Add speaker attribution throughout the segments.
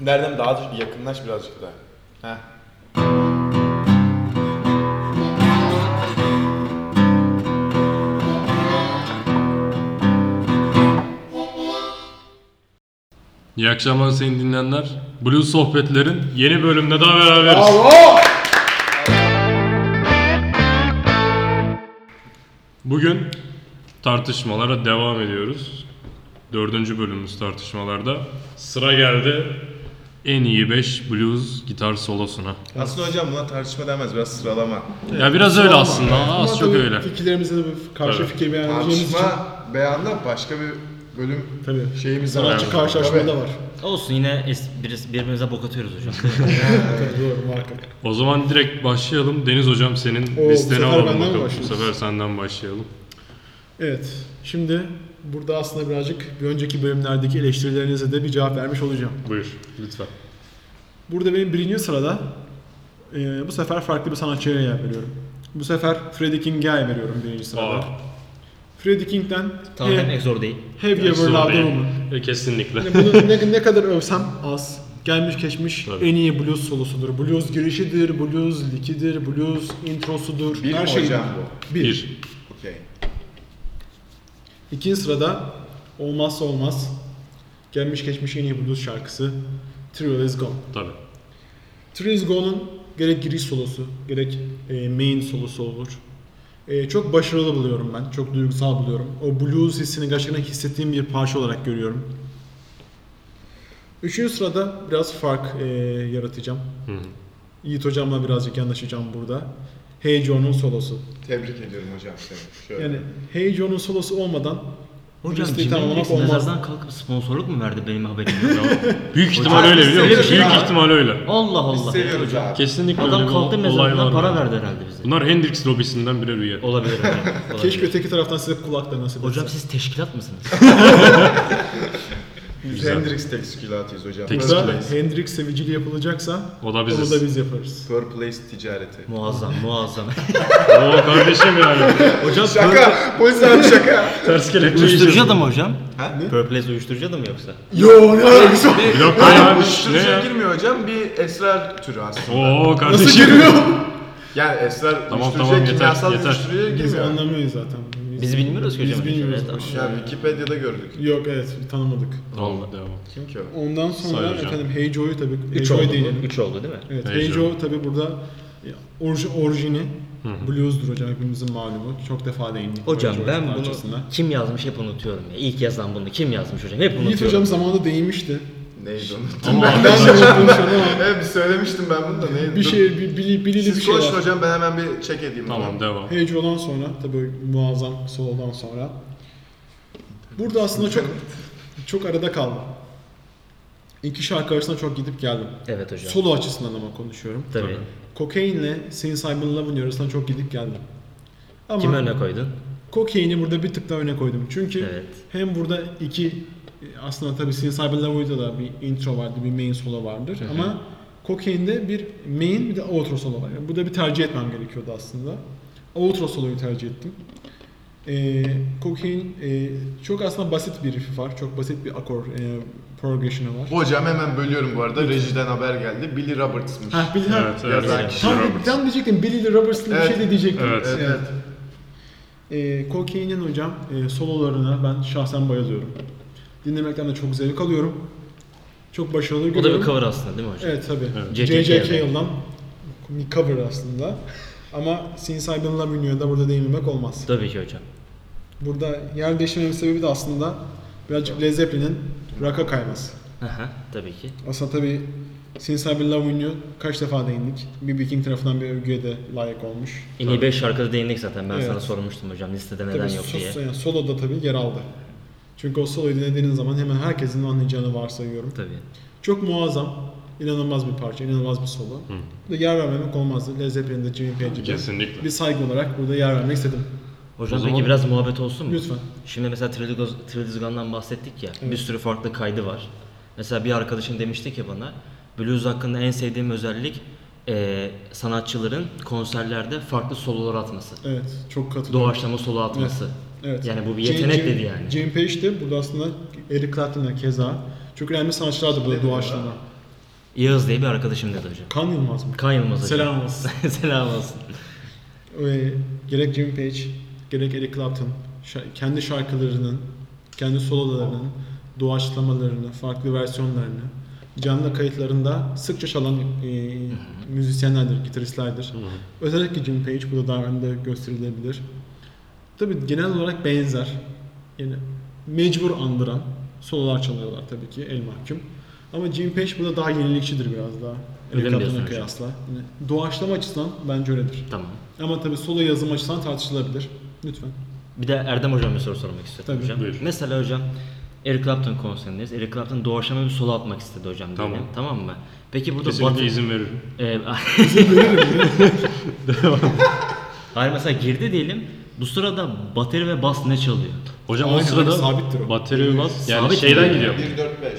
Speaker 1: Nereden daha azıcık yakınlaş birazcık daha. Heh.
Speaker 2: İyi akşamlar sayın dinleyenler. Blues Sohbetler'in yeni bölümünde daha beraberiz. Bugün tartışmalara devam ediyoruz. Dördüncü bölümümüz tartışmalarda. Sıra geldi en iyi 5 blues gitar solosuna.
Speaker 1: Aslında hocam buna tartışma denmez biraz sıralama.
Speaker 2: ya biraz öyle aslında.
Speaker 3: Ama
Speaker 2: Az çok
Speaker 3: tabii
Speaker 2: öyle.
Speaker 3: Fikirlerimizde de bir şey karşı
Speaker 2: Tabii.
Speaker 3: fikir beğeneceğimiz için.
Speaker 4: Tartışma beyanda başka bir bölüm
Speaker 3: Tabii.
Speaker 4: şeyimiz var.
Speaker 3: Sanatçı karşılaşma da var.
Speaker 5: Olsun yine es- birisi- birbirimize bok atıyoruz hocam.
Speaker 3: Evet, doğru muhakkak.
Speaker 2: O zaman direkt başlayalım. Deniz hocam senin
Speaker 3: Oo, bu
Speaker 2: listeni
Speaker 3: sefer
Speaker 2: alalım
Speaker 3: benden mi
Speaker 2: bakalım. Bu
Speaker 3: başlıyoruz?
Speaker 2: sefer senden başlayalım.
Speaker 3: Evet. Şimdi burada aslında birazcık bir önceki bölümlerdeki eleştirilerinize de bir cevap vermiş olacağım.
Speaker 2: Buyur lütfen.
Speaker 3: Burada benim birinci sırada e, bu sefer farklı bir sanatçıya yer veriyorum. Bu sefer Freddie King'e yer veriyorum birinci sırada.
Speaker 2: Aa.
Speaker 3: Freddie King'den
Speaker 5: Tamamen
Speaker 3: He-
Speaker 5: egzor değil.
Speaker 3: Have You Ever
Speaker 2: Sorun
Speaker 3: Loved a
Speaker 2: değil.
Speaker 3: Woman.
Speaker 2: E, Kesinlikle.
Speaker 3: Yani Hani bunu ne, ne kadar övsem az. Gelmiş geçmiş
Speaker 2: Tabii.
Speaker 3: en iyi blues solosudur. Blues girişidir, blues likidir, blues introsudur.
Speaker 4: Bir
Speaker 3: her
Speaker 4: mi
Speaker 3: şey.
Speaker 4: hocam
Speaker 3: Bir.
Speaker 2: Bir.
Speaker 4: Okey.
Speaker 3: İkinci sırada olmazsa olmaz. Gelmiş geçmiş en iyi blues şarkısı. Three Is Gone.
Speaker 2: Tabii.
Speaker 3: Three Is Gone'un gerek giriş solosu, gerek e, main solosu olur. E, çok başarılı buluyorum ben. Çok duygusal buluyorum. O blues hissini gerçekten hissettiğim bir parça olarak görüyorum. Üçüncü sırada biraz fark e, yaratacağım.
Speaker 2: Hı hı.
Speaker 3: Yiğit hocamla birazcık yanlaşacağım burada. Hey John'un solosu.
Speaker 4: Tebrik ediyorum hocam seni. Şöyle.
Speaker 3: Yani Hey John'un solosu olmadan
Speaker 5: Hocam
Speaker 3: Hristiyan
Speaker 5: Jimi
Speaker 3: olmak
Speaker 5: Hendrix
Speaker 3: olmaz.
Speaker 5: mezardan kalkıp sponsorluk mu verdi benim haberim yok.
Speaker 2: Büyük ihtimal öyle biliyor musun?
Speaker 4: seviyoruz
Speaker 2: Büyük
Speaker 4: ya.
Speaker 2: ihtimal öyle.
Speaker 5: Allah
Speaker 4: Biz
Speaker 5: Allah.
Speaker 4: seviyoruz
Speaker 5: hocam.
Speaker 4: abi.
Speaker 2: Kesinlikle öyle
Speaker 5: Adam
Speaker 2: bir
Speaker 5: kalktı
Speaker 2: olay
Speaker 5: mezarından
Speaker 2: var
Speaker 5: para
Speaker 2: yani.
Speaker 5: verdi herhalde bize.
Speaker 2: Bunlar Hendrix lobisinden birer üye.
Speaker 5: Olabilir hocam. olabilir.
Speaker 3: keşke öteki taraftan size kulakla nasip
Speaker 5: Hocam
Speaker 3: etse.
Speaker 5: siz teşkilat mısınız?
Speaker 4: Biz
Speaker 2: Güzel.
Speaker 4: Hendrix tekstilatıyız hocam.
Speaker 2: Tek-
Speaker 4: Purple
Speaker 3: Burada
Speaker 2: Place.
Speaker 3: Hendrix seviciliği yapılacaksa
Speaker 2: O da biziz.
Speaker 3: onu da biz yaparız.
Speaker 4: Purple Place ticareti.
Speaker 5: muazzam muazzam.
Speaker 2: Oo kardeşim yani.
Speaker 5: hocam
Speaker 4: Şaka! Polis abi şaka!
Speaker 2: Ters kelepçe
Speaker 5: uyuşturucu
Speaker 2: yiyeceğiz.
Speaker 5: adam hocam.
Speaker 4: Ha?
Speaker 5: Purple uyuşturucu adam yoksa?
Speaker 3: Yo ne alakası var?
Speaker 4: Bir,
Speaker 2: Yok
Speaker 4: Hayır,
Speaker 2: ya, şey-
Speaker 4: uyuşturucuya
Speaker 2: ne ya?
Speaker 4: girmiyor hocam. Bir esrar türü aslında.
Speaker 2: Oo kardeşim.
Speaker 3: Nasıl giriyor?
Speaker 4: Yani esrar
Speaker 2: Tamam,
Speaker 4: uyuşturucuya,
Speaker 2: tamam, yeter,
Speaker 4: kimyasal
Speaker 2: yeter.
Speaker 4: uyuşturucuya
Speaker 3: Biz
Speaker 4: girmiyor.
Speaker 3: anlamıyoruz zaten. Biz,
Speaker 5: Biz bilmiyoruz ki hocam.
Speaker 3: Biz bilmiyoruz.
Speaker 5: Evet,
Speaker 3: bu işi.
Speaker 4: Ya Wikipedia'da gördük.
Speaker 3: Yok evet tanımadık.
Speaker 2: Tamam devam.
Speaker 4: Kim ki o?
Speaker 3: Ondan sonra
Speaker 2: Say hocam.
Speaker 3: efendim Hey Joe'yu tabii Hey
Speaker 5: 3
Speaker 3: Joe
Speaker 5: oldu.
Speaker 3: değinelim.
Speaker 5: 3 oldu değil mi?
Speaker 3: Evet,
Speaker 2: Hey
Speaker 3: Hey
Speaker 2: Joe.
Speaker 3: Joe tabii burada ya, orji, orijini bluesdur hocam hepimizin malumu. Çok defa değindik.
Speaker 5: Hocam
Speaker 3: Hey Joe
Speaker 5: ben bunu
Speaker 3: parçasına.
Speaker 5: kim yazmış hep unutuyorum ya. İlk yazan bunu kim yazmış hocam hep
Speaker 3: Yiğit
Speaker 5: unutuyorum.
Speaker 3: hocam zamanında değinmişti.
Speaker 4: Neydi onu?
Speaker 2: Ama
Speaker 3: Ben de unuttum şu an ama
Speaker 4: Evet söylemiştim ben bunu da neydi?
Speaker 3: bir
Speaker 4: Dur.
Speaker 3: şey, bir, bir, bir, bir
Speaker 4: Siz
Speaker 3: şey
Speaker 4: konuşun
Speaker 3: var.
Speaker 4: hocam ben hemen bir check edeyim.
Speaker 2: tamam devam.
Speaker 3: Page olan sonra tabii muazzam solodan sonra. Burada aslında çok çok arada kaldım. İki şarkı arasında çok gidip geldim.
Speaker 5: Evet hocam.
Speaker 3: Solo açısından ama konuşuyorum.
Speaker 5: Tabii.
Speaker 3: Cocaine ile Since I've Been Loving You arasında çok gidip geldim. Ama
Speaker 5: Kim öne koydun?
Speaker 3: Cocaine'i burada bir tık daha öne koydum. Çünkü
Speaker 5: Evet.
Speaker 3: hem burada iki e, aslında tabii Since I've Been Loving You'da da bir intro vardı, bir main solo vardır ama Cocaine'de bir main bir de outro solo var. Yani burada bir tercih etmem gerekiyordu aslında. Outro soloyu tercih ettim. E, Cocaine e, çok aslında basit bir riff'i var. Çok basit bir akor e, progression'ı var.
Speaker 4: Hocam hemen bölüyorum bu arada. Rejiden haber geldi. Billy Roberts'mış.
Speaker 3: Heh, bir, ha,
Speaker 2: Evet, evet.
Speaker 4: Yazan kişi
Speaker 3: tam,
Speaker 4: Roberts.
Speaker 3: tam diyecektim Billy Lee Roberts'la
Speaker 4: Evet.
Speaker 3: bir şey de diyecektim.
Speaker 2: Evet.
Speaker 4: Evet, evet.
Speaker 3: E, Cocaine'in hocam e, sololarına ben şahsen bayılıyorum. Dinlemekten de çok zevk alıyorum. Çok başarılı
Speaker 5: O da
Speaker 3: görüyorum.
Speaker 5: bir cover aslında değil mi hocam?
Speaker 3: Evet tabii.
Speaker 2: Evet.
Speaker 3: J.J.
Speaker 5: J.J.
Speaker 3: Cale'dan bir cover aslında. Ama Since I've Been Loving You'da burada değinmemek olmaz.
Speaker 5: Tabii ki hocam.
Speaker 3: Burada yer değiştirmemin sebebi de aslında birazcık Led Zeppelin'in rock'a kayması.
Speaker 5: Aha, tabii ki.
Speaker 3: Aslında tabii Since I've Been Loving You kaç defa değindik. B.B. King tarafından bir övgüye de layık olmuş.
Speaker 5: En iyi 5 şarkıda değindik zaten. Ben
Speaker 3: Evet.
Speaker 5: sana sormuştum hocam listede neden
Speaker 3: Tabii
Speaker 5: yok
Speaker 3: sos-
Speaker 5: diye.
Speaker 3: yani solo da tabii yer aldı. Çünkü o soloyu dinlediğiniz zaman hemen herkesin anlayacağını varsayıyorum.
Speaker 5: Tabii.
Speaker 3: Çok muazzam, inanılmaz bir parça, inanılmaz bir solo. Burada yer vermemek olmazdı. Led Zeppelin'de Jimmy Page'e
Speaker 2: Kesinlikle.
Speaker 3: bir saygı olarak burada yer vermek istedim.
Speaker 5: Hocam
Speaker 2: O zaman-
Speaker 5: peki biraz muhabbet olsun mu?
Speaker 3: Lütfen.
Speaker 5: Şimdi mesela Trilizgan'dan bahsettik ya. Bir sürü farklı kaydı var. Mesela bir arkadaşım demişti ki bana. Blues hakkında en sevdiğim özellik eee, sanatçıların konserlerde farklı sololar atması.
Speaker 3: Evet, çok katılıyorum.
Speaker 5: Doğaçlama solo atması.
Speaker 3: Evet.
Speaker 5: Yani bu bir
Speaker 3: Jim-
Speaker 5: yetenek
Speaker 3: Jim-
Speaker 5: dedi yani.
Speaker 3: Jimmy Page de burada aslında Eric Clapton'la keza çok önemli sanatçılar da böyle doğaçlama.
Speaker 5: Yağız diye bir arkadaşım dedi hocam.
Speaker 3: Kan Yılmaz mı?
Speaker 5: Kan Yılmaz hocam.
Speaker 3: Selam olsun.
Speaker 5: Selam olsun.
Speaker 3: Ee, gerek Jimmy Page, gerek Eric Clapton şa- kendi şarkılarının, kendi sololarının doğaçlamalarını, farklı versiyonlarını canlı kayıtlarında sıkça çalan e, müzisyenlerdir, gitaristlerdir. Özellikle Jimmy Page burada daha önde gösterilebilir. Tabii genel olarak benzer. Yani mecbur andıran sololar çalıyorlar tabii ki el mahkum. Ama Jim Page burada daha yenilikçidir biraz daha. Eric
Speaker 5: Öyle mi diyorsun
Speaker 3: Clapton'a
Speaker 5: hocam?
Speaker 3: kıyasla. Yani doğaçlama açısından bence öyledir.
Speaker 5: Tamam.
Speaker 3: Ama tabii solo yazım açısından tartışılabilir. Lütfen.
Speaker 5: Bir de Erdem hocam bir soru sormak istiyorum
Speaker 3: Tabii,
Speaker 5: hocam.
Speaker 2: buyur.
Speaker 5: Mesela hocam Eric Clapton konserindeyiz. Eric Clapton doğaçlama bir solo atmak istedi hocam
Speaker 2: Tamam.
Speaker 5: diyelim. Tamam mı? Peki burada
Speaker 2: Kesinlikle
Speaker 5: batı-
Speaker 2: izin veririm.
Speaker 5: Ee, Hayır mesela girdi diyelim. Bu sırada bateri ve bas ne çalıyor?
Speaker 2: Hocam o
Speaker 3: Aynen,
Speaker 2: sırada
Speaker 3: sabittir o.
Speaker 2: bateri ve bas yani
Speaker 5: Sabit
Speaker 2: şeyden
Speaker 5: mi?
Speaker 2: gidiyor.
Speaker 4: 1 4 5.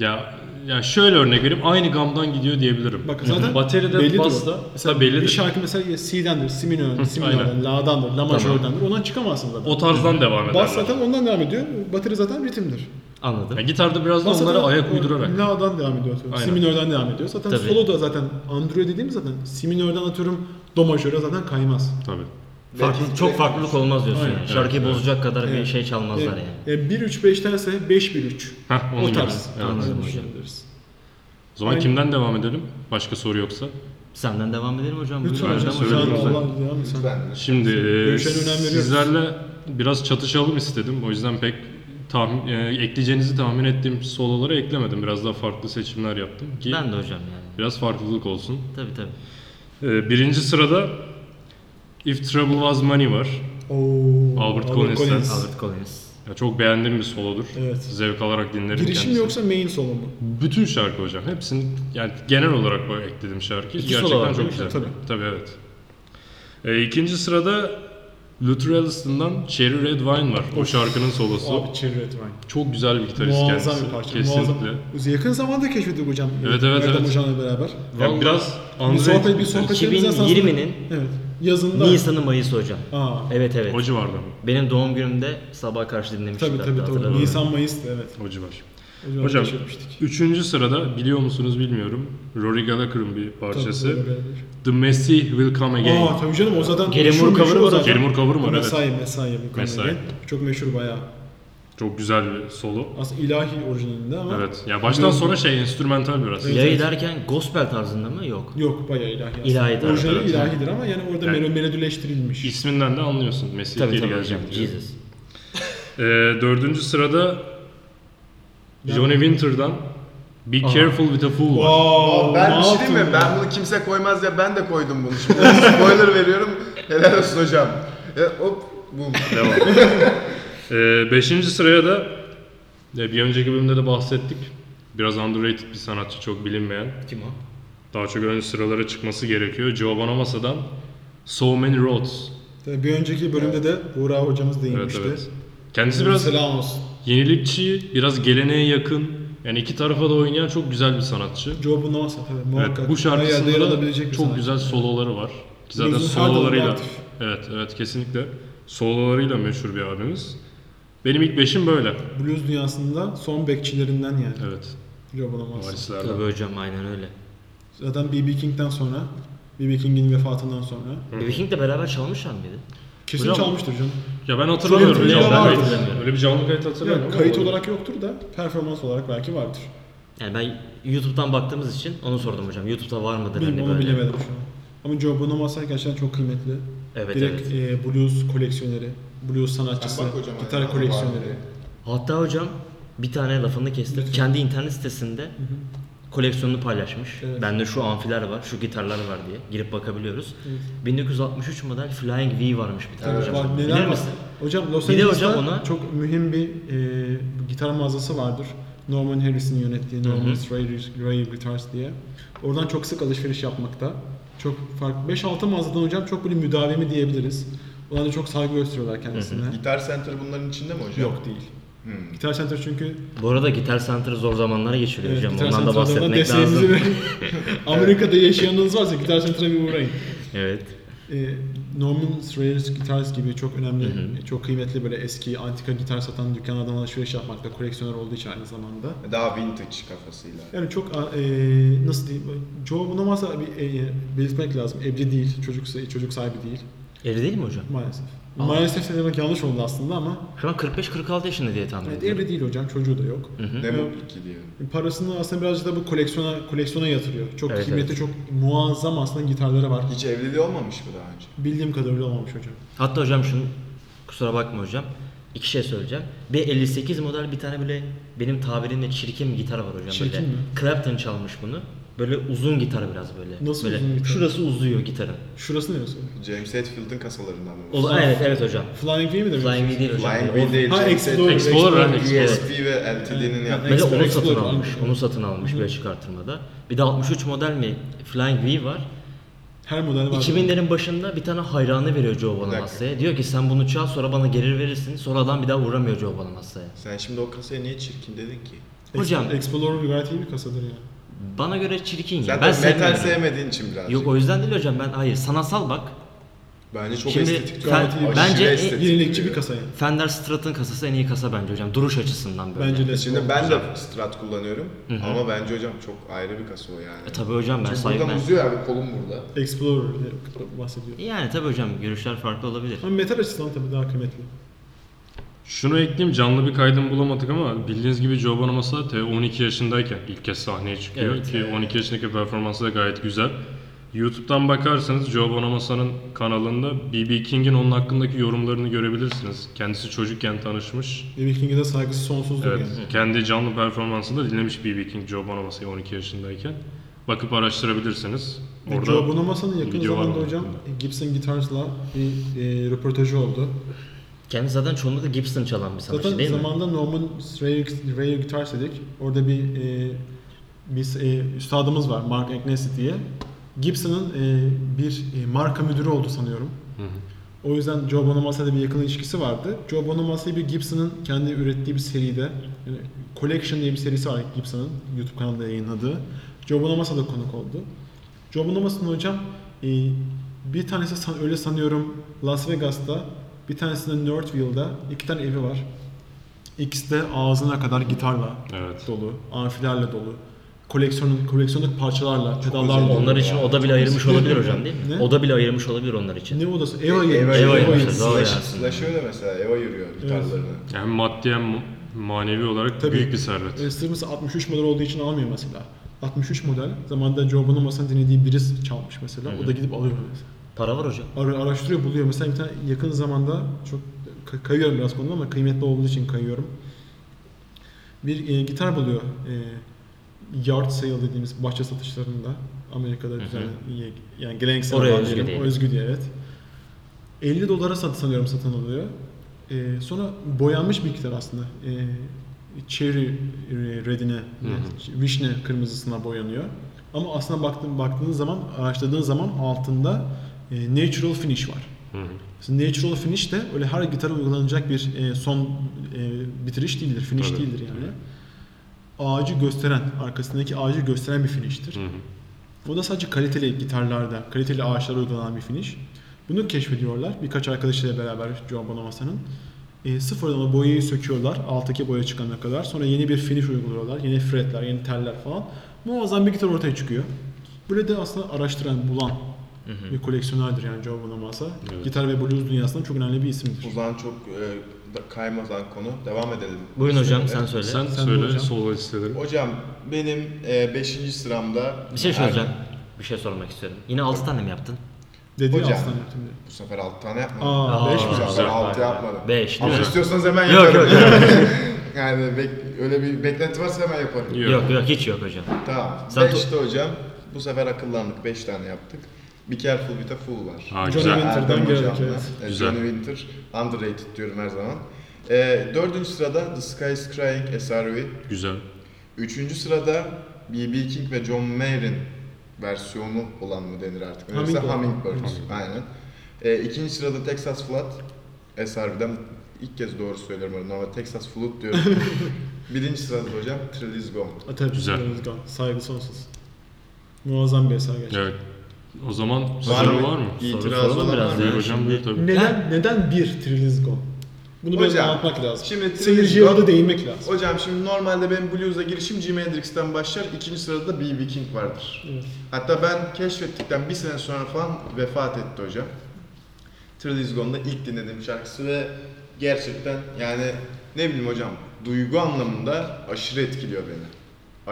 Speaker 2: Ya ya şöyle örnek vereyim aynı gamdan gidiyor diyebilirim.
Speaker 3: Bak zaten
Speaker 2: bateride
Speaker 3: bellidir o.
Speaker 2: basta
Speaker 3: Mesela
Speaker 2: mesela bellidir.
Speaker 3: Bir şarkı mesela C'dendir, Si minör, Si minörden,
Speaker 2: aynen.
Speaker 3: La'dandır, La majördendir. Ondan çıkamazsın zaten.
Speaker 2: o tarzdan devam eder.
Speaker 3: Bas zaten ondan devam ediyor. Bateri zaten ritimdir.
Speaker 5: Anladım.
Speaker 2: Ya gitarda biraz da
Speaker 3: Bas
Speaker 2: onlara
Speaker 3: zaten
Speaker 2: ayak
Speaker 3: o
Speaker 2: uydurarak.
Speaker 3: La'dan devam ediyor. atıyorum. Si
Speaker 2: Aynen.
Speaker 3: minörden devam ediyor. Zaten
Speaker 5: Tabii.
Speaker 3: solo da zaten Android dediğim zaten Si minörden atıyorum Do majöre zaten kaymaz.
Speaker 2: Tabii.
Speaker 5: Farklı, çok farklılık olmaz diyorsun
Speaker 3: Aynen,
Speaker 5: yani. Şarkıyı bozacak kadar bir
Speaker 3: Evet.
Speaker 5: şey çalmazlar yani.
Speaker 3: E, 1-3-5'tense 5-1-3.
Speaker 2: Hah, onu
Speaker 3: O
Speaker 2: gibi.
Speaker 3: tarz.
Speaker 2: Evet.
Speaker 3: tarzı
Speaker 5: Anladım.
Speaker 3: düşünebiliriz.
Speaker 2: O zaman
Speaker 3: Aynen.
Speaker 2: kimden devam edelim? Başka soru yoksa.
Speaker 5: Senden devam edelim hocam.
Speaker 3: Lütfen
Speaker 5: Buyurun
Speaker 2: Bence
Speaker 3: hocam.
Speaker 5: hocam.
Speaker 2: söyledim
Speaker 3: Can,
Speaker 2: zaten.
Speaker 3: Allah devam etsin.
Speaker 2: Şimdi e,
Speaker 3: Görüşen önem veriyoruz.
Speaker 2: sizlerle biraz çatışalım istedim. O yüzden pek tahmin, e, ekleyeceğinizi tahmin ettiğim sololara eklemedim. Biraz daha farklı seçimler yaptım ki
Speaker 5: Ben de hocam yani.
Speaker 2: biraz farklılık olsun.
Speaker 5: Tabii tabii.
Speaker 2: E, birinci sırada If Trouble Was Money var.
Speaker 3: Oo,
Speaker 2: Albert Collins'ten.
Speaker 5: Albert Collins.
Speaker 2: Ya çok beğendiğim bir solodur.
Speaker 3: Evet.
Speaker 2: Zevk alarak dinlerim
Speaker 3: Girişim mi
Speaker 2: kendisini.
Speaker 3: yoksa main solo mu?
Speaker 2: Bütün şarkı hocam. Hepsini yani genel olarak böyle ekledim şarkıyı.
Speaker 5: İki solo
Speaker 2: Gerçekten
Speaker 5: var değil
Speaker 2: çok
Speaker 5: mi?
Speaker 2: güzel.
Speaker 3: Tabii.
Speaker 2: evet. E, ikinci sırada Luther Alliston'dan Cherry Red Wine var. O şarkının solosu.
Speaker 3: Abi Cherry Red Wine.
Speaker 2: Çok güzel bir gitarist
Speaker 3: Muazzam
Speaker 2: kendisi.
Speaker 3: bir parça.
Speaker 2: Kesinlikle.
Speaker 3: Muazzam. Biz yakın zamanda keşfettik hocam.
Speaker 2: Evet, evet,
Speaker 3: Erdem
Speaker 2: evet.
Speaker 3: hocamla beraber.
Speaker 2: Ya
Speaker 5: Vallahi
Speaker 2: biraz
Speaker 3: Bir
Speaker 2: Andrei
Speaker 3: sohbet, bir sohbet.
Speaker 5: 2020'nin
Speaker 3: Evet. Yazında.
Speaker 5: Nisan'ı Mayıs'ı hocam.
Speaker 3: Aa,
Speaker 5: Evet evet.
Speaker 2: o civarda mı?
Speaker 5: Benim doğum günümde sabah karşı dinlemiştim.
Speaker 3: tabii
Speaker 5: hatta,
Speaker 3: tabii doğru.
Speaker 5: hatırlamıyorum.
Speaker 3: Nisan Mayıs da evet.
Speaker 2: O civar.
Speaker 3: Hocam,
Speaker 2: Hocam
Speaker 3: keşfetmiştik.
Speaker 2: üçüncü sırada biliyor musunuz bilmiyorum. Rory Gallagher'ın bir
Speaker 3: Tabii,
Speaker 2: parçası.
Speaker 3: doğru, beraber.
Speaker 2: The Messi Will Come Again.
Speaker 3: Aa tabii canım o zaten
Speaker 5: Gary
Speaker 3: meşhur,
Speaker 5: Moore
Speaker 3: meşhur
Speaker 5: cover'ı
Speaker 3: o
Speaker 5: var
Speaker 3: zaten.
Speaker 2: Gary Moore cover'ı var, evet.
Speaker 3: Mesai mesai. bu
Speaker 2: Mesai.
Speaker 3: konuda. Çok meşhur bayağı.
Speaker 2: Çok güzel bir solo.
Speaker 3: Aslında ilahi orijinalinde ama.
Speaker 2: Evet. Ya baştan sona şey enstrümantal biraz.
Speaker 3: Evet.
Speaker 5: İlahi derken gospel tarzında mı? Yok.
Speaker 3: Yok bayağı ilahi. aslında.
Speaker 5: İlahi tabii,
Speaker 3: Orijinali
Speaker 2: evet.
Speaker 3: ilahidir ama yani orada
Speaker 2: Yani-
Speaker 3: yani, melodileştirilmiş.
Speaker 2: İsminden de anlıyorsun Messi
Speaker 5: Tabii
Speaker 2: geri
Speaker 5: tabii hocam.
Speaker 2: gelecek diye.
Speaker 5: Jesus.
Speaker 2: Ee, dördüncü sırada
Speaker 3: Ben-
Speaker 2: Johnny Winter'dan Be Careful With A Fool var.
Speaker 3: Wow,
Speaker 4: ben
Speaker 3: ne
Speaker 4: bir şey diyeyim mi?
Speaker 3: yaptın ya?
Speaker 4: Ben bunu kimse koymaz ya ben de koydum bunu. Şimdi spoiler veriyorum. Helal olsun hocam. E, hop bum.
Speaker 2: Devam. Ee, beşinci sıraya da e, bir önceki bölümde de bahsettik. Biraz underrated bir sanatçı, çok bilinmeyen.
Speaker 5: Kim o?
Speaker 2: Daha çok ön sıralara çıkması gerekiyor. Giovanna Massa'dan So Many Roads.
Speaker 3: Tabii bir önceki bölümde de Buğra hocamız
Speaker 2: Evet
Speaker 3: değinmişti.
Speaker 2: evet. Kendisi biraz
Speaker 3: Selam olsun.
Speaker 2: yenilikçi, biraz geleneğe yakın. Yani iki tarafa da oynayan çok güzel bir sanatçı.
Speaker 3: Joe Bonamassa tabii muhakkak.
Speaker 2: Evet, bu
Speaker 3: Bayağı değer
Speaker 2: şarkısında
Speaker 3: alabilecek
Speaker 2: da
Speaker 3: bir
Speaker 2: çok
Speaker 3: sanatçı.
Speaker 2: güzel soloları var. Ki zaten
Speaker 3: Blues'un her dalında
Speaker 2: sololarıyla
Speaker 3: aktif.
Speaker 2: Evet, evet kesinlikle. Sololarıyla meşhur bir abimiz. Benim ilk beşim böyle.
Speaker 3: Blues dünyasında son bekçilerinden yani
Speaker 2: Evet.
Speaker 3: Joe Bonamassa.
Speaker 2: Varislerden.
Speaker 5: Tabii hocam aynen öyle.
Speaker 3: Zaten B.B. King'den sonra, B.B. King'in vefatından sonra
Speaker 5: Baby King'le beraber çalmışlar mıydı?
Speaker 3: kesin
Speaker 2: Hocam-
Speaker 3: çalmıştır canım.
Speaker 2: Ya ben hatırlamıyorum
Speaker 3: Tabii,
Speaker 2: canlı
Speaker 3: tabii,
Speaker 2: kayıt.
Speaker 5: hatırlamıyorum.
Speaker 2: Öyle bir canlı kayıt hatırlamıyorum.
Speaker 3: Ya,
Speaker 2: ama
Speaker 3: kayıt
Speaker 2: olabilir.
Speaker 3: olarak yoktur da performans olarak belki vardır.
Speaker 5: Yani ben YouTube'dan baktığımız için onu sordum hocam. YouTube'da var mıdır
Speaker 3: Bilmiyorum
Speaker 5: hani
Speaker 3: onu
Speaker 5: böyle?
Speaker 3: bilemedim şu an. Ama Joe Bonamassa gerçekten çok kıymetli.
Speaker 5: Evet,
Speaker 3: Direkt e, blues koleksiyoneri, blues sanatçısı,
Speaker 4: Bak hocam,
Speaker 3: gitar
Speaker 4: aynen, var
Speaker 3: koleksiyoneri.
Speaker 4: diye.
Speaker 5: Hatta hocam bir tane lafını kestim. Kendi internet sitesinde koleksiyonunu paylaşmış.
Speaker 3: Evet.
Speaker 5: Bende şu amfiler var, şu gitarlar var diye girip bakabiliyoruz.
Speaker 3: Evet.
Speaker 5: 1963 model Flying V varmış bir tane
Speaker 3: Evet,
Speaker 5: hocam.
Speaker 3: var,
Speaker 5: Bilir
Speaker 3: neler var?
Speaker 5: misin?
Speaker 3: Hocam Los
Speaker 5: Bir de
Speaker 3: Angeles'ta
Speaker 5: hocam ona-
Speaker 3: çok mühim bir e, gitar mağazası vardır. Norman Harris'in yönettiği Norman Ray, Ray Guitars diye. Oradan çok sık alışveriş yapmakta. Çok farklı. 5-6 mağazadan hocam çok böyle müdavimi diyebiliriz. Onlar da çok saygı gösteriyorlar kendisine.
Speaker 4: Gitar Center bunların içinde mi hocam?
Speaker 3: Yok değil. Gitar Center çünkü
Speaker 5: Bu arada Gitar Center zor zamanlara geçiriyor
Speaker 3: evet,
Speaker 5: hocam.
Speaker 3: Gitar
Speaker 5: Ondan da
Speaker 3: Center'dan
Speaker 5: bahsetmek
Speaker 3: desteğinizi
Speaker 5: lazım.
Speaker 3: verin. Amerika'da yaşayanınız varsa Gitar Center'a bir uğrayın.
Speaker 5: evet.
Speaker 3: e, Norman Reyes Guitars gibi çok önemli,
Speaker 5: Hı
Speaker 3: çok kıymetli böyle eski antika gitar satan dükkanlardan alışveriş yapmakta koleksiyoner olduğu için aynı zamanda.
Speaker 4: Daha vintage kafasıyla.
Speaker 3: Yani çok a- e, nasıl diyeyim, çoğu buna varsa bir e, belirtmek lazım. Evli değil, çocuk, çocuk sahibi değil
Speaker 5: Evli değil mi hocam?
Speaker 3: maalesef.
Speaker 5: Aa.
Speaker 3: Maalesef de demek yanlış oldu aslında ama
Speaker 5: Şu an 45-46 yaşında diye tahmin
Speaker 3: evet,
Speaker 5: ediyorum.
Speaker 3: evli değil hocam, çocuğu da yok. E,
Speaker 5: Hı hı.
Speaker 4: Demoklik diyor.
Speaker 3: Parasını aslında birazcık da bu koleksiyona koleksiyona yatırıyor. Çok
Speaker 5: Evet,
Speaker 3: kıymetli, çok muazzam aslında gitarları var.
Speaker 4: Hiç evliliği olmamış mı daha önce?
Speaker 3: Bildiğim kadarıyla olmamış hocam.
Speaker 5: Hatta hocam şunu kusura bakma hocam. İki şey söyleyeceğim. Bir 58 model bir tane böyle benim tabirimle çirkin bir gitar var hocam
Speaker 3: Çirkin
Speaker 5: böyle.
Speaker 3: mi?
Speaker 5: Clapton çalmış bunu. Böyle uzun gitar biraz böyle.
Speaker 3: Nasıl
Speaker 5: böyle,
Speaker 3: uzun gitar?
Speaker 5: Şurası uzuyor gitarın.
Speaker 3: Şurası neresi?
Speaker 4: James Hetfield'ın kasalarından mı?
Speaker 5: Ol- evet evet hocam.
Speaker 3: Flying V mi demek?
Speaker 5: Flying V değil hocam.
Speaker 4: Flying
Speaker 5: Böyle
Speaker 4: Wheel değil.
Speaker 3: Ha,
Speaker 4: James
Speaker 3: Explorer.
Speaker 4: Hetfield.
Speaker 2: Explorer, ha, Explorer.
Speaker 4: ESP ve LTD'nin yaptığı.
Speaker 5: Ve de
Speaker 3: Explorer,
Speaker 5: onu satın
Speaker 3: Explorer
Speaker 5: almış.
Speaker 3: almış.
Speaker 5: Onu satın almış böyle çıkartırmada. Bir de 63 model mi Flying V var.
Speaker 3: Her model var.
Speaker 5: 2000'lerin başında bir tane hayranı veriyor Joe Bonamassa'ya. Diyor ki sen bunu çal sonra bana geri verirsin. Sonra adam bir daha uğramıyor Joe Bonamassa'ya.
Speaker 4: Sen şimdi o kasaya niye çirkin dedin ki?
Speaker 5: Hocam
Speaker 3: Explorer gayet iyi bir kasadır ya.
Speaker 5: bana göre çirkin ya.
Speaker 4: Sen
Speaker 5: ben
Speaker 4: de metal
Speaker 5: sevmiyorum.
Speaker 4: sevmediğin için birazcık.
Speaker 5: Yok o yüzden değil hocam ben hayır sanatsal bak.
Speaker 4: Bence çok
Speaker 5: Şimdi
Speaker 4: estetik.
Speaker 5: Fen-
Speaker 3: Gayet iyi.
Speaker 5: bence
Speaker 4: estetik.
Speaker 3: Yenilikçi bir kasa yani.
Speaker 5: Fender Strat'ın kasası en iyi kasa bence hocam duruş açısından böyle.
Speaker 3: Bence de.
Speaker 4: Şimdi ben de Strat kullanıyorum ama bence hocam çok ayrı bir kasa o yani.
Speaker 5: E, tabii hocam ben sahip
Speaker 6: Buradan
Speaker 5: ben.
Speaker 6: uzuyor abi kolum burada.
Speaker 3: Explorer diye bahsediyor.
Speaker 5: Yani tabii hocam görüşler farklı olabilir.
Speaker 3: Ama metal açısından tabii daha kıymetli.
Speaker 2: Şunu ekleyeyim canlı bir kaydını bulamadık ama bildiğiniz gibi Joe Bonamassa te 12 yaşındayken ilk kez sahneye çıkıyor
Speaker 5: Evet.
Speaker 2: ki 12 yaşındaki performansı da gayet güzel. YouTube'dan bakarsanız Joe Bonamassa'nın kanalında B.B. King'in onun hakkındaki yorumlarını görebilirsiniz. Kendisi çocukken tanışmış.
Speaker 3: B.B. King'e de saygısı sonsuzdur
Speaker 2: Evet,
Speaker 3: yani.
Speaker 2: kendi canlı performansında dinlemiş B.B. King Joe Bonamassa'yı 12 yaşındayken. Bakıp araştırabilirsiniz.
Speaker 3: Orada E, Joe Bonamassa'nın yakın
Speaker 2: video var
Speaker 3: zamanda
Speaker 2: onun
Speaker 3: hocam
Speaker 2: hakkında.
Speaker 3: Gibson Guitars'la bir e, röportajı oldu.
Speaker 5: Kendisi zaten çoğunlukla Gibson çalan bir sanatçı
Speaker 3: Zaten
Speaker 5: değil mi?
Speaker 3: zamanda Norman Rayo, Rayo Guitars dedik. Orada bir e, biz e, üstadımız var Mark Agnesi diye. Gibson'ın e, bir e, marka müdürü oldu sanıyorum. O yüzden Joe Bonamassa'yla bir yakın ilişkisi vardı. Joe Bonamassa'yı bir Gibson'ın kendi ürettiği bir seride, yani Collection diye bir serisi var Gibson'ın YouTube kanalında yayınladığı. Joe Bonamassa da konuk oldu. Joe Bonamassa'nın hocam e, bir tanesi san- öyle sanıyorum Las Vegas'ta, bir tanesinde Nerdville'da iki tane evi var. İkisi de ağzına kadar gitarla
Speaker 2: Evet.
Speaker 3: dolu, amfilerle dolu, koleksiyonun koleksiyonluk parçalarla, pedallarla dolu.
Speaker 5: Onlar için oda bile ayırmış
Speaker 3: güzel.
Speaker 5: olabilir hocam değil mi?
Speaker 3: Ne?
Speaker 5: Oda bile ayırmış olabilir onlar için.
Speaker 3: Ne odası? Ev ayırmış.
Speaker 5: Ev ayırmışlar,
Speaker 4: ayırmış.
Speaker 5: doğru
Speaker 4: Slash,
Speaker 5: ya.
Speaker 4: Slash öyle mesela ev ayırıyor gitarlarını.
Speaker 2: Hem maddi hem manevi olarak
Speaker 3: Tabii.
Speaker 2: büyük bir servet.
Speaker 3: E, sırf mesela 63 model olduğu için almıyor mesela. 63 model zamanında Joe Bonamassa'nın dinlediği birisi çalmış mesela. O da gidip alıyor mesela.
Speaker 5: Para var hocam.
Speaker 3: Ara- araştırıyor, buluyor. Mesela bir tane yakın zamanda çok ka- kayıyorum biraz konuda ama kıymetli olduğu için kayıyorum. Bir e, gitar buluyor. E, yard sale dediğimiz bahçe satışlarında Amerika'da düzenli yani geleneksel
Speaker 5: Oraya
Speaker 3: olan
Speaker 5: özgü
Speaker 3: diyelim,
Speaker 5: değil.
Speaker 3: o özgü diye evet. 50 dolara sat sanıyorum satın alıyor. E, sonra boyanmış bir gitar aslında. E, cherry e, redine, vişne kırmızısına boyanıyor. Ama aslına baktığın, baktığınız zaman, araştırdığın zaman altında e, natural finish var. Mesela natural finish de öyle her gitara uygulanacak bir e, son e, bitiriş değildir, finish
Speaker 2: Tabii,
Speaker 3: değildir yani. Ağacı gösteren, arkasındaki ağacı gösteren bir finishtir. Bu da sadece kaliteli gitarlarda, kaliteli ağaçlara uygulanan bir finish. Bunu keşfediyorlar birkaç arkadaşıyla beraber Joe Bonamassa'nın. E, sıfırdan o boyayı söküyorlar alttaki boya çıkana kadar. Sonra yeni bir finish uyguluyorlar. Yeni fretler, yeni teller falan. Muazzam bir gitar ortaya çıkıyor. Böyle de aslında araştıran, bulan bir koleksiyonerdir yani Joe Bonamassa.
Speaker 2: Evet.
Speaker 3: Gitar ve blues dünyasında çok önemli bir isimdir.
Speaker 4: Uzan çok e, da- kaymazan konu. Devam edelim.
Speaker 5: Buyurun hocam
Speaker 4: Şöyle.
Speaker 5: sen söyle.
Speaker 2: Sen,
Speaker 3: Sen de
Speaker 2: söyle
Speaker 3: hocam.
Speaker 2: solo listeleri.
Speaker 4: Hocam benim 5. sıramda...
Speaker 5: Bir şey soracağım.
Speaker 4: Erkan.
Speaker 5: Bir şey sormak istiyorum. Yine 6 tane mi yaptın?
Speaker 3: Dedi ya
Speaker 4: Hocam.
Speaker 3: aslan yaptım diye.
Speaker 4: Bu sefer 6 tane yapmadım.
Speaker 3: Aa, beş mi?
Speaker 4: güzel.
Speaker 2: güzel.
Speaker 4: 6 yapmadım.
Speaker 5: 5 değil
Speaker 4: Ama
Speaker 5: mi?
Speaker 4: istiyorsanız hemen
Speaker 5: Yok,
Speaker 4: yaparım.
Speaker 5: yok,
Speaker 4: yani bek- öyle bir beklenti varsa hemen yaparım.
Speaker 2: Yok.
Speaker 5: Yok yok hiç yok hocam.
Speaker 4: Tamam.
Speaker 5: Sen
Speaker 4: 5'te hocam. Bu sefer akıllandık. 5 tane yaptık. Be careful with a fool var.
Speaker 2: Aa,
Speaker 3: Johnny
Speaker 2: güzel.
Speaker 3: Winter. Winter'dan
Speaker 4: Erdem
Speaker 3: geldik,
Speaker 4: hocamla.
Speaker 3: evet.
Speaker 4: E,
Speaker 2: Güzel.
Speaker 4: Johnny Winter. Underrated diyorum her zaman. E, dördüncü sırada The Sky is Crying SRV.
Speaker 2: Güzel.
Speaker 4: Üçüncü sırada B.B. King ve John Mayer'in versiyonu olan mı denir artık? Neyse
Speaker 3: Hummingbird.
Speaker 4: Hummingbird. Aynen. E, ikinci sırada Texas Flood. SRV'den ilk kez doğru söylüyorum. Normalde Texas Flood diyorum. Birinci sırada hocam Trill is Gone.
Speaker 3: Atatürk
Speaker 2: Güzel.
Speaker 3: Güzel. Saygı sonsuz. Muazzam bir eser gerçekten.
Speaker 2: Evet. O zaman
Speaker 1: Var
Speaker 2: soru
Speaker 1: mı?
Speaker 2: var mı?
Speaker 1: İtirazı
Speaker 5: soralım
Speaker 1: olan
Speaker 5: biraz
Speaker 1: var mı?
Speaker 5: ya.
Speaker 2: Buyur hocam
Speaker 5: şimdi-
Speaker 2: buyur tabii.
Speaker 3: Neden neden bir Trilinsko? Bunu böyle
Speaker 4: Hocam,
Speaker 3: anlatmak lazım.
Speaker 4: şimdi
Speaker 3: Seyirciye
Speaker 4: Trilingo-
Speaker 3: orada değinmek lazım.
Speaker 4: Hocam şimdi normalde benim blues'a girişim Jimi Hendrix'ten başlar. ikinci sırada da B.B. King vardır.
Speaker 3: Evet.
Speaker 4: Hatta ben keşfettikten bir sene sonra falan vefat etti hocam. Trilizgon'da ilk dinlediğim şarkısı ve gerçekten yani ne bileyim hocam duygu anlamında aşırı etkiliyor beni.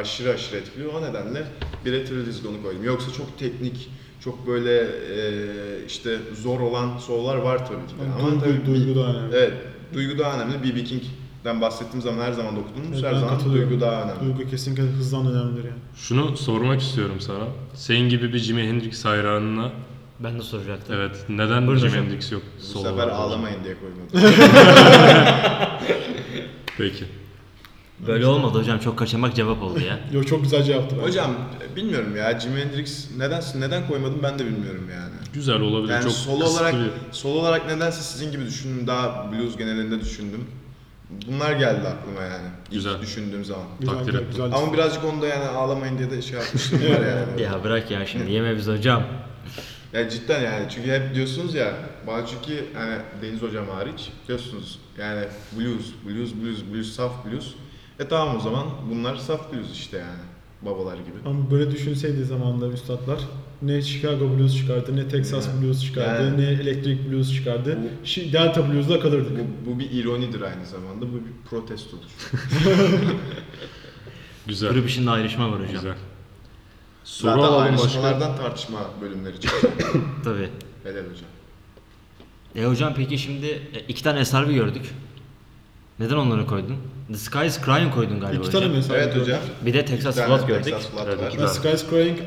Speaker 4: Aşırı aşırı etkiliyor. O nedenle bire Trilizgon'u koydum. Yoksa çok teknik, çok böyle eee, işte zor olan sollar var tabii ki. de.
Speaker 3: Yani
Speaker 4: Ama
Speaker 3: duygu,
Speaker 4: tabii
Speaker 3: duygu da önemli.
Speaker 4: Evet. Duygu daha önemli. B.B. King'den bahsettiğim zaman her zaman dokunduğumuz
Speaker 3: Evet,
Speaker 4: her
Speaker 3: ben
Speaker 4: zaman
Speaker 3: katılıyorum.
Speaker 4: duygu daha önemli.
Speaker 3: Duygu kesinlikle hızdan önemlidir yani.
Speaker 2: Şunu sormak istiyorum sana. Senin gibi bir Jimi Hendrix hayranına
Speaker 5: Ben de soracaktım.
Speaker 2: evet neden
Speaker 5: Buyurun
Speaker 2: Jimi
Speaker 5: hocam.
Speaker 2: Hendrix yok?
Speaker 4: Bu
Speaker 2: solo
Speaker 4: sefer
Speaker 2: olarak?
Speaker 4: ağlamayın diye koymadım.
Speaker 2: Peki.
Speaker 5: Böyle olmadı hocam çok kaçamak cevap oldu ya.
Speaker 3: Yok çok güzel cevaptı. bence.
Speaker 4: Hocam bilmiyorum ya Jimi Hendrix neden neden koymadım ben de bilmiyorum yani.
Speaker 2: Güzel olabilir.
Speaker 4: Yani
Speaker 2: Çok
Speaker 4: solo
Speaker 2: kısıtlı
Speaker 4: olarak
Speaker 2: bir-
Speaker 4: solo olarak nedense sizin gibi düşündüm daha blues genelinde düşündüm. Bunlar geldi aklıma yani. ilk
Speaker 2: Güzel.
Speaker 4: düşündüğüm zaman.
Speaker 3: güzel,
Speaker 2: takdir
Speaker 3: güzel,
Speaker 2: ettim.
Speaker 3: güzel.
Speaker 4: Ama birazcık onda yani ağlamayın diye de şey yapmıştım var yani.
Speaker 5: ya bırak ya şimdi yeme biz hocam.
Speaker 4: Ya cidden yani çünkü hep diyorsunuz ya bana çünkü hani Deniz hocam hariç diyorsunuz yani blues, blues, blues, blues, saf blues. E tamam o zaman bunlar saf blues işte yani babalar gibi.
Speaker 3: Ama böyle düşünseydi zamanında üstadlar ne Chicago Blues çıkardı, ne Texas
Speaker 4: Yani.
Speaker 3: Blues çıkardı,
Speaker 4: Yani.
Speaker 3: ne Electric Blues çıkardı.
Speaker 4: Bu-
Speaker 3: Şi- Delta Blues'da kalırdık.
Speaker 4: Bu, bu bir ironidir aynı zamanda bu bir protestodur.
Speaker 2: Güzel.
Speaker 5: Grup işinde ayrışma var hocam.
Speaker 2: Güzel. Soru
Speaker 4: Zaten
Speaker 2: alalım başka.
Speaker 4: ayrışmalardan tartışma bölümleri çıkıyor.
Speaker 5: Tabii.
Speaker 4: Helal hocam.
Speaker 5: E hocam peki şimdi e, iki tane SRV gördük. Neden onları koydun? The Sky is Crying koydun galiba
Speaker 3: İki
Speaker 5: hocam.
Speaker 3: tane mesela.
Speaker 4: Evet hocam.
Speaker 5: Bir de Texas
Speaker 4: Bir tane
Speaker 5: Flood gördük.
Speaker 4: Texas Flood
Speaker 2: Evet,
Speaker 4: var.
Speaker 2: iki
Speaker 3: Ben Sky's Crying